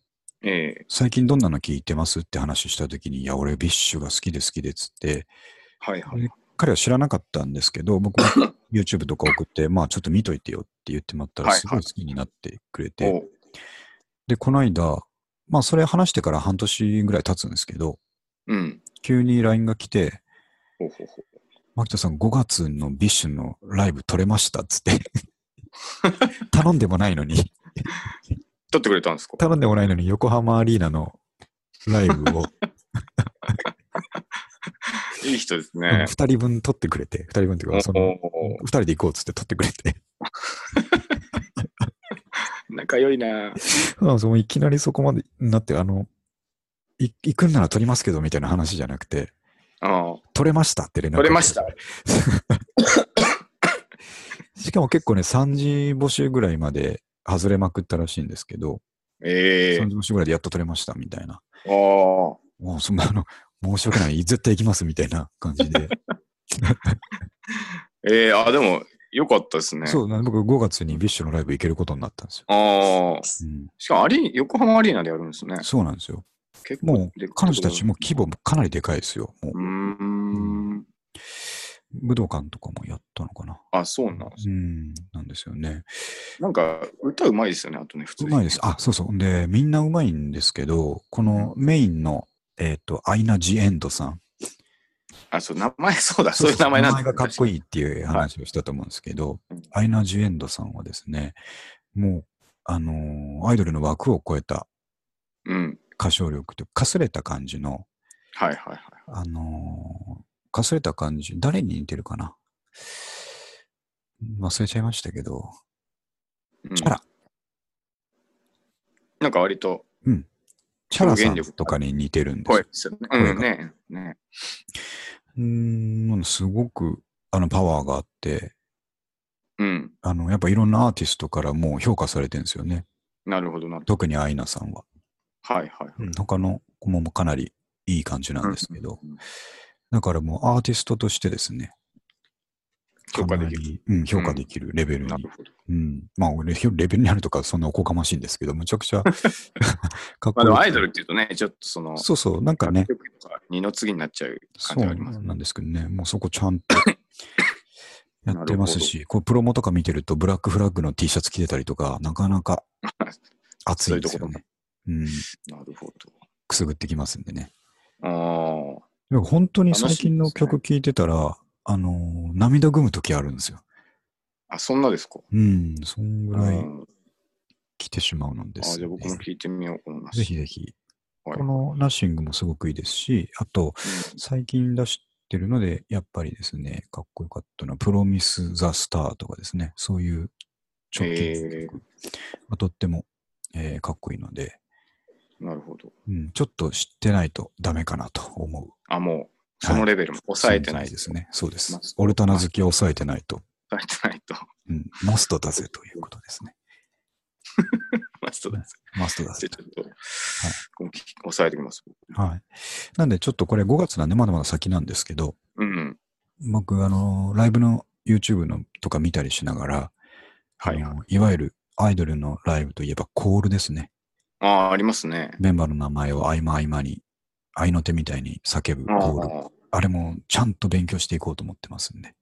[SPEAKER 2] ええ
[SPEAKER 1] 最近どんなの聞いてますって話した時に、いや、俺ビッシュが好きで好きでっつって、
[SPEAKER 2] はいはい。
[SPEAKER 1] 彼は知らなかったんですけ ど、僕も YouTube とか送って、まあちょっと見といてよって言ってもらったら、
[SPEAKER 2] はいはい
[SPEAKER 1] すごい好きになってくれて、
[SPEAKER 2] お
[SPEAKER 1] で、この間、まあそれ話してから半年ぐらい経つんですけど、
[SPEAKER 2] うん。
[SPEAKER 1] 急に LINE が来て、
[SPEAKER 2] ほうほうほう。
[SPEAKER 1] 牧田さん5月のビッシュのライブ撮れましたっつって 頼んでもないのに
[SPEAKER 2] 撮ってくれたんですか
[SPEAKER 1] 頼んでもないのに横浜アリーナのライ ブを
[SPEAKER 2] いい人です
[SPEAKER 1] 2
[SPEAKER 2] ね。
[SPEAKER 1] 人分撮ってくれて2人分っていう
[SPEAKER 2] お
[SPEAKER 1] かその
[SPEAKER 2] お
[SPEAKER 1] 2人で行こうっつって撮ってくれて
[SPEAKER 2] 仲良いな。
[SPEAKER 1] うんそのいきなりそこまでなってあのい行くんなら撮りますけどみたいな話じゃなくて
[SPEAKER 2] ああ。
[SPEAKER 1] 撮れましたって連絡
[SPEAKER 2] 撮れました。
[SPEAKER 1] しかも結構ね3時募集ぐらいまで外れまくったらしいんですけど、
[SPEAKER 2] え
[SPEAKER 1] 3時募集ぐらいでやっと撮れましたみたいな
[SPEAKER 2] えああ。
[SPEAKER 1] もうそんなあの、申し訳ない、絶対行きますみたいな感じ で。
[SPEAKER 2] ええあ、でも、よかったですね。
[SPEAKER 1] そう、なんで僕5月にビッシュのライブ行けることになったんですよ。
[SPEAKER 2] ああ。
[SPEAKER 1] うん
[SPEAKER 2] しかもアリー、横浜アリーナでやるんですね。
[SPEAKER 1] そうなんですよ。
[SPEAKER 2] 結構
[SPEAKER 1] も
[SPEAKER 2] で
[SPEAKER 1] う
[SPEAKER 2] かい
[SPEAKER 1] 彼女たちも規模もかなりでかいですよ。もう
[SPEAKER 2] うーん。
[SPEAKER 1] 武道館とかもやったのかな。
[SPEAKER 2] あ、そうなんです。
[SPEAKER 1] うん、なんですよね。
[SPEAKER 2] なんか、歌うまいですよね、あとね、普通
[SPEAKER 1] う
[SPEAKER 2] に
[SPEAKER 1] まいです。あ、そうそう。で、みんなうまいんですけど、このメインの、えっ、と、アイナ・ジ・エンドさん。
[SPEAKER 2] あ、そう、名前、そうだ、そういう名前なん
[SPEAKER 1] 名前がかっこ
[SPEAKER 2] いい。
[SPEAKER 1] いいっていう話をしたと思うんですけど、
[SPEAKER 2] うん
[SPEAKER 1] アイナ・ジ・エンドさんはですね、もう、あのーアイドルの枠を超えた
[SPEAKER 2] うん。
[SPEAKER 1] 歌唱力というかすれた感じの、
[SPEAKER 2] はいはいはい。
[SPEAKER 1] あのーかすれた感じ、誰に似てるかな忘れちゃいましたけど、
[SPEAKER 2] うん
[SPEAKER 1] チャラ。
[SPEAKER 2] なんか割と、
[SPEAKER 1] チャラさ
[SPEAKER 2] 表
[SPEAKER 1] ん
[SPEAKER 2] 現力
[SPEAKER 1] とかに似てるんです
[SPEAKER 2] 声
[SPEAKER 1] よ
[SPEAKER 2] ですよね。
[SPEAKER 1] 声が
[SPEAKER 2] うん、ね。ね。
[SPEAKER 1] うーん、すごく、あの、パワーがあって、
[SPEAKER 2] うん。
[SPEAKER 1] あの、やっぱいろんなアーティストからもう評価されてるんですよね。
[SPEAKER 2] なるほどな。はい
[SPEAKER 1] 特にアイナさんは。
[SPEAKER 2] はいはい。
[SPEAKER 1] 他の子もかなりいい感じなんですけど、
[SPEAKER 2] うん。
[SPEAKER 1] だからもうアーティストとしてですね、
[SPEAKER 2] 評価できる。
[SPEAKER 1] る。うん、評価できるレベルに
[SPEAKER 2] なるほど。
[SPEAKER 1] うん。まあ、俺、レベルにあるとか、そんなおこがましいんですけど、むちゃくち ゃかっ
[SPEAKER 2] ま
[SPEAKER 1] こい
[SPEAKER 2] あ
[SPEAKER 1] い。
[SPEAKER 2] でもアイドルっていうとね、ちょっとその、
[SPEAKER 1] そうそう、なんかね、
[SPEAKER 2] 楽曲とか二の次になっちゃう
[SPEAKER 1] そ
[SPEAKER 2] 感じ
[SPEAKER 1] う
[SPEAKER 2] があります。
[SPEAKER 1] なんですけどね、もうそこち ゃんとやってますし、こうプロモとか見てると、ブラックフラッグの T シャツ着てたりとか、なかな か熱いんですよね。うん、
[SPEAKER 2] なるほ
[SPEAKER 1] くすぐってきますんでね。
[SPEAKER 2] ど。ああ。
[SPEAKER 1] でも本当に最近の
[SPEAKER 2] 楽しいですね
[SPEAKER 1] 曲聴いてたら、あのー涙ぐむ時あるんですよ。
[SPEAKER 2] あ、そんなですか。
[SPEAKER 1] うん、そんぐら
[SPEAKER 2] う
[SPEAKER 1] い
[SPEAKER 2] ん
[SPEAKER 1] 来てしまうので
[SPEAKER 2] あ
[SPEAKER 1] す
[SPEAKER 2] じゃあ
[SPEAKER 1] よね、
[SPEAKER 2] 僕も聞いてみようと思います。
[SPEAKER 1] ぜひぜひ。
[SPEAKER 2] はい
[SPEAKER 1] このナッシングもすごくいいですし、あと、最近出してるので、やっぱりですね、かっこよかったのは、プロミス・ザ・スターとかですね、そういう直近の曲がとっても、えーかっこいいので、
[SPEAKER 2] うんなるほど。
[SPEAKER 1] うん、ちょっと知ってないとダメかなと思う。
[SPEAKER 2] あ、もう、そのレベルも抑えてない
[SPEAKER 1] 存在です。ね。そうです
[SPEAKER 2] マス。ト
[SPEAKER 1] オルタナ好きを抑えてないと、
[SPEAKER 2] 抑えてないと。
[SPEAKER 1] うん、マストだぜということですね。
[SPEAKER 2] まあ、そうです。
[SPEAKER 1] マストだ
[SPEAKER 2] じ
[SPEAKER 1] ぜ
[SPEAKER 2] ゃあちょっと、今期抑えてきます。
[SPEAKER 1] と。はい。なんで、ちょっとこれ5月なんで、まだまだ先なんですけど、
[SPEAKER 2] うん。
[SPEAKER 1] 僕、あの、ライブの YouTube のとか見たりしながら、
[SPEAKER 2] はい
[SPEAKER 1] あのいわゆるアイドルのライブといえばコールですね。
[SPEAKER 2] ああ、ありますね。
[SPEAKER 1] メンバーの名前を合間合間に、合いの手みたいに叫ぶ
[SPEAKER 2] ああ
[SPEAKER 1] コール。あれもちゃんと勉強していこうと思ってますんで。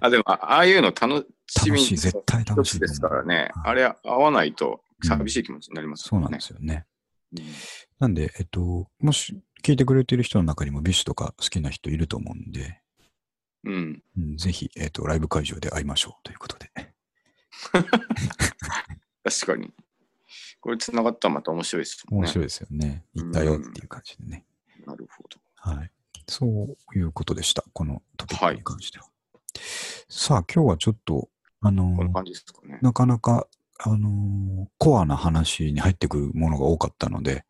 [SPEAKER 2] あ、でも、あああいうの楽し
[SPEAKER 1] 楽
[SPEAKER 2] み
[SPEAKER 1] しい、絶対
[SPEAKER 2] 一
[SPEAKER 1] 楽し
[SPEAKER 2] つ
[SPEAKER 1] い
[SPEAKER 2] で
[SPEAKER 1] と
[SPEAKER 2] す
[SPEAKER 1] 思う。
[SPEAKER 2] からね。
[SPEAKER 1] うん
[SPEAKER 2] あれ、合わないと寂しい気持ちになります
[SPEAKER 1] そう
[SPEAKER 2] も
[SPEAKER 1] なんん
[SPEAKER 2] ね
[SPEAKER 1] で。すよね。
[SPEAKER 2] うん
[SPEAKER 1] なんで、えっと、もし聞いてくれてる人の中にもビッシュとか好きな人いると思うんで、
[SPEAKER 2] うん。
[SPEAKER 1] うんぜひ、えっと、ライブ会場で会いましょうということで。
[SPEAKER 2] 確かに。これ繋がったらまた面白いですもん
[SPEAKER 1] 面
[SPEAKER 2] ね。
[SPEAKER 1] 白いですよね。行ったよっていう感じでね。
[SPEAKER 2] なるほど。
[SPEAKER 1] はい。そういうことでした。このトピックに関しては。さあ、今日はちょっと、あの
[SPEAKER 2] こんな
[SPEAKER 1] ー
[SPEAKER 2] 感じですかね。
[SPEAKER 1] なかなか、あのーコアな話に入ってくるものが多かったので、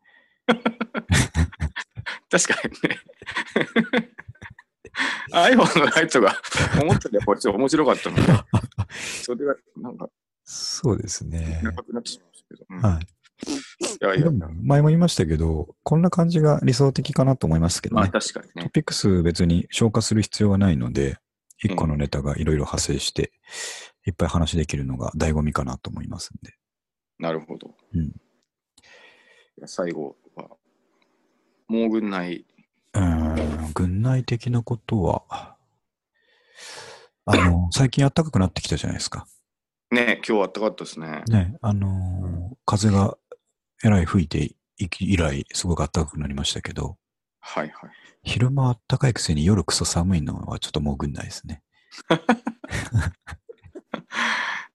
[SPEAKER 2] 確かにね。iPhone のライトが思ったよりこっち面白かったので、それがなんか
[SPEAKER 1] そうですね。
[SPEAKER 2] 長くなってしまうんです
[SPEAKER 1] は
[SPEAKER 2] けど、
[SPEAKER 1] い。
[SPEAKER 2] うん、いや
[SPEAKER 1] で
[SPEAKER 2] い
[SPEAKER 1] も
[SPEAKER 2] や、、
[SPEAKER 1] 前も言いましたけど、こんな感じが理想的かなと思いますけど
[SPEAKER 2] まあ
[SPEAKER 1] ね。
[SPEAKER 2] 確かに
[SPEAKER 1] ト
[SPEAKER 2] ね。
[SPEAKER 1] ピックス別に消化する必要はないので、一個のネタがいろいろ派生して、いっぱい話できるのが醍醐味かなと思いますんで。
[SPEAKER 2] なるほど。
[SPEAKER 1] うん
[SPEAKER 2] いや最後は、もうぐんない。
[SPEAKER 1] うーん、軍内的なことは、あ の、最近暖かくなってきたじゃないですか。
[SPEAKER 2] ね、今日あったかったですね。
[SPEAKER 1] ね、あのー風がえらい吹いていき以来、すごく暖かくなりましたけど、
[SPEAKER 2] はいはい。
[SPEAKER 1] 昼間暖かいくせに夜クソ寒いのはちょっともう軍内ですね。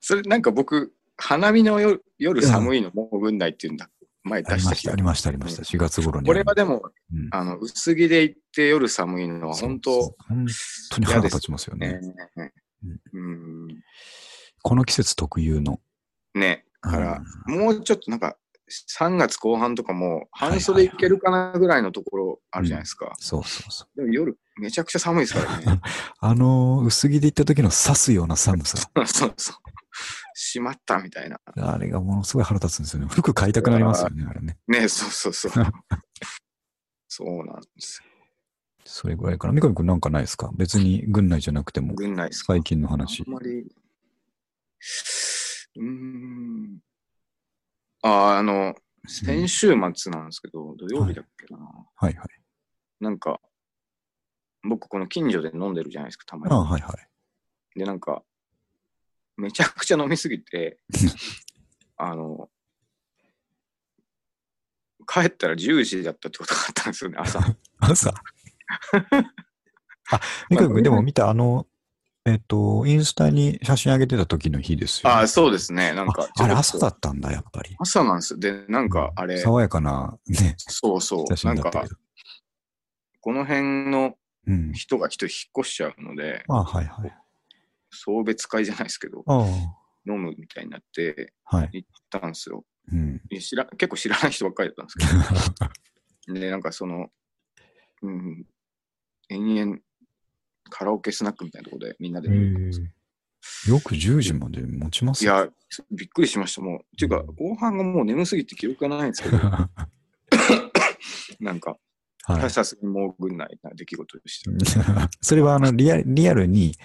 [SPEAKER 2] それなんか僕、花見の夜夜寒いのもうぐんないっていうんだ。前
[SPEAKER 1] あ
[SPEAKER 2] 出
[SPEAKER 1] り
[SPEAKER 2] し
[SPEAKER 1] ま
[SPEAKER 2] て
[SPEAKER 1] し
[SPEAKER 2] き
[SPEAKER 1] た、
[SPEAKER 2] た
[SPEAKER 1] あ。りました、ありました。4月頃に。
[SPEAKER 2] これはでも、
[SPEAKER 1] うん、
[SPEAKER 2] あの薄着で行って夜寒いのは本
[SPEAKER 1] そう
[SPEAKER 2] 当
[SPEAKER 1] そう本当に腹が立ちますよね
[SPEAKER 2] ね。。うん。
[SPEAKER 1] この季節特有の。
[SPEAKER 2] ね。だから、もうちょっとなんか、3月後半とかも、
[SPEAKER 1] いはい
[SPEAKER 2] 半袖いけるかなぐらいのところあるじゃないですか。
[SPEAKER 1] そうそうそう。
[SPEAKER 2] でも夜、めちゃくちゃ寒いですからね。
[SPEAKER 1] あのー薄着で行った時の刺すような寒さ。
[SPEAKER 2] そうそう。しまったみたいな。
[SPEAKER 1] あれがものすごい腹立つんですよね。服買いたくなりますよね、あれね。
[SPEAKER 2] ね、そうそうそう。 そうなんですよ。
[SPEAKER 1] それぐらいかな。三上君なんかないですか別に軍内じゃなくても、
[SPEAKER 2] 軍内ですか
[SPEAKER 1] 最近の
[SPEAKER 2] あん
[SPEAKER 1] 話。
[SPEAKER 2] まり。うーん。あ、あの、先週末なんですけど、土曜日だっけな。
[SPEAKER 1] はいはい。
[SPEAKER 2] なんか、僕この近所で飲んでるじゃないですか、たま
[SPEAKER 1] あ
[SPEAKER 2] に。
[SPEAKER 1] はいはい。
[SPEAKER 2] で、なんか、めちゃくちゃ飲みすぎ て、あの、帰ったら10時だったってことがあったんですよね、朝。
[SPEAKER 1] 朝。あ、三上君でも見た、あの、えっ、と、インスタに写真上げてた時の日ですよ、
[SPEAKER 2] ああ、そう
[SPEAKER 1] で
[SPEAKER 2] ですね、なんか。
[SPEAKER 1] あれ朝だ
[SPEAKER 2] ちょっと
[SPEAKER 1] ったんだ、やっぱり。
[SPEAKER 2] 朝なんですよ。で、なんか、あれ、
[SPEAKER 1] 爽やかな、ね、
[SPEAKER 2] そうそ
[SPEAKER 1] 写
[SPEAKER 2] う、
[SPEAKER 1] 真
[SPEAKER 2] なん
[SPEAKER 1] だった
[SPEAKER 2] か
[SPEAKER 1] け、ど。
[SPEAKER 2] この辺の
[SPEAKER 1] うん。
[SPEAKER 2] 人が人引っ越しちゃうので、
[SPEAKER 1] あはいはい。
[SPEAKER 2] 送別会じゃないですけど、
[SPEAKER 1] あ
[SPEAKER 2] 飲むみたいになって
[SPEAKER 1] あ、はい。
[SPEAKER 2] 行ったんですよ。
[SPEAKER 1] うん。
[SPEAKER 2] で知ら結構知らない人ばっかりだったんですけど。で、なんかその、うん、延々カラオケスナックみたいなところでみんなで見る
[SPEAKER 1] よく10時まで持ちま
[SPEAKER 2] い
[SPEAKER 1] すね。
[SPEAKER 2] や、びっくりしました。もう、っていうか、後半がもう眠すぎて記憶がないん ですけど、
[SPEAKER 1] は
[SPEAKER 2] なんか、
[SPEAKER 1] い。
[SPEAKER 2] さすがにもうぐんないな出来事でした。
[SPEAKER 1] それはあのリアル、リアルに、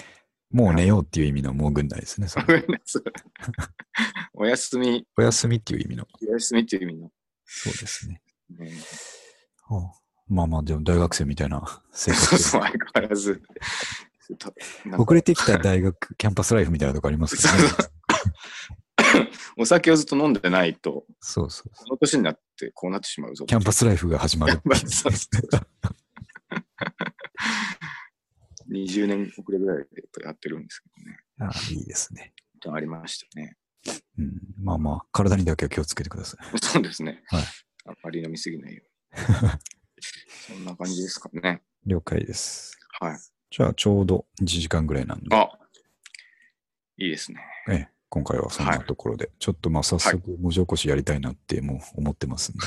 [SPEAKER 1] もう寝ようっていう意味のもう軍隊ですね。それ
[SPEAKER 2] お休み、
[SPEAKER 1] お休みっていう意味の。
[SPEAKER 2] お休みっていう意味の。
[SPEAKER 1] そうですね。
[SPEAKER 2] ね、
[SPEAKER 1] はあまあまあ、でも大学生みたいな生
[SPEAKER 2] そう
[SPEAKER 1] 活
[SPEAKER 2] そう、相変わらず。たなん
[SPEAKER 1] 遅
[SPEAKER 2] か
[SPEAKER 1] れてきた大学、キャンパスライフみたいなとこありますけど
[SPEAKER 2] そう
[SPEAKER 1] ね。
[SPEAKER 2] お酒をずっと飲んでないと、
[SPEAKER 1] そうそう。
[SPEAKER 2] この年になってこうなってしまうぞ。
[SPEAKER 1] キャンパスライフが始まる。
[SPEAKER 2] まあそうそうそう20年遅れぐらいでやってるんですけどね。
[SPEAKER 1] ああいいですね。
[SPEAKER 2] とありましたね。
[SPEAKER 1] うん、まあまあ、体にだけは気をつけてください。
[SPEAKER 2] そうですね。
[SPEAKER 1] はい
[SPEAKER 2] あんまり飲みすぎないよ うに。そんな感じですかね。
[SPEAKER 1] 了解です。
[SPEAKER 2] はい。
[SPEAKER 1] じゃあ、ちょうど1時間ぐらいなんで。
[SPEAKER 2] あいいですね。
[SPEAKER 1] ええ、今回はそんなところで、ちょっとまあ早速文字起こしやりたいなってもう思ってますんで、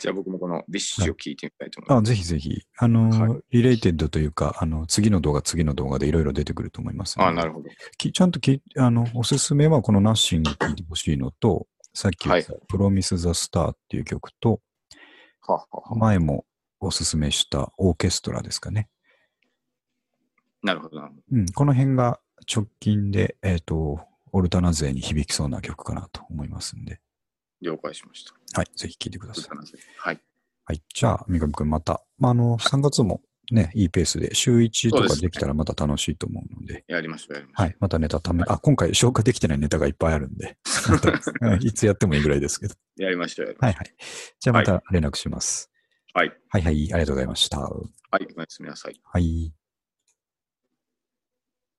[SPEAKER 2] じゃあ僕もこのビッシュを聞いてみたいと思います。
[SPEAKER 1] あぜひぜひ、あのー
[SPEAKER 2] は
[SPEAKER 1] リレーテッドというか、あの次の動画、次の動画でいろいろ出てくると思いますの
[SPEAKER 2] あ
[SPEAKER 1] で、
[SPEAKER 2] なるほど。
[SPEAKER 1] きちゃんときあのおすすめはこのナッシング聞いてほしいのと、さっき言った、プロミス・ザ・スターっていう曲と、
[SPEAKER 2] はあはあはあ
[SPEAKER 1] 前もおすすめしたオーケストラですかね。
[SPEAKER 2] なるほどな。
[SPEAKER 1] うん、この辺が直近で、えっ、と、オルタナ勢に響きそうな曲かなと思いますんで、
[SPEAKER 2] 了解しました。
[SPEAKER 1] はい、ぜひ聴いてください。
[SPEAKER 2] はい。
[SPEAKER 1] はい。じゃあ、三上くんまた、まあ、あの、3月もね、いいペースで、週1とかできたらまた楽しいと思うので、
[SPEAKER 2] やりましょう、やりましょう。
[SPEAKER 1] はい。またネタため、あ、今回消化できてないネタがいっぱいあるん で、またうんいつやってもいいぐらいですけど。
[SPEAKER 2] やりましょう、やりましょう。
[SPEAKER 1] はいはい。じゃあまた連絡します。
[SPEAKER 2] はい。
[SPEAKER 1] はいはい、ありがとうございました。は
[SPEAKER 2] はい、おやすみなさい。
[SPEAKER 1] い。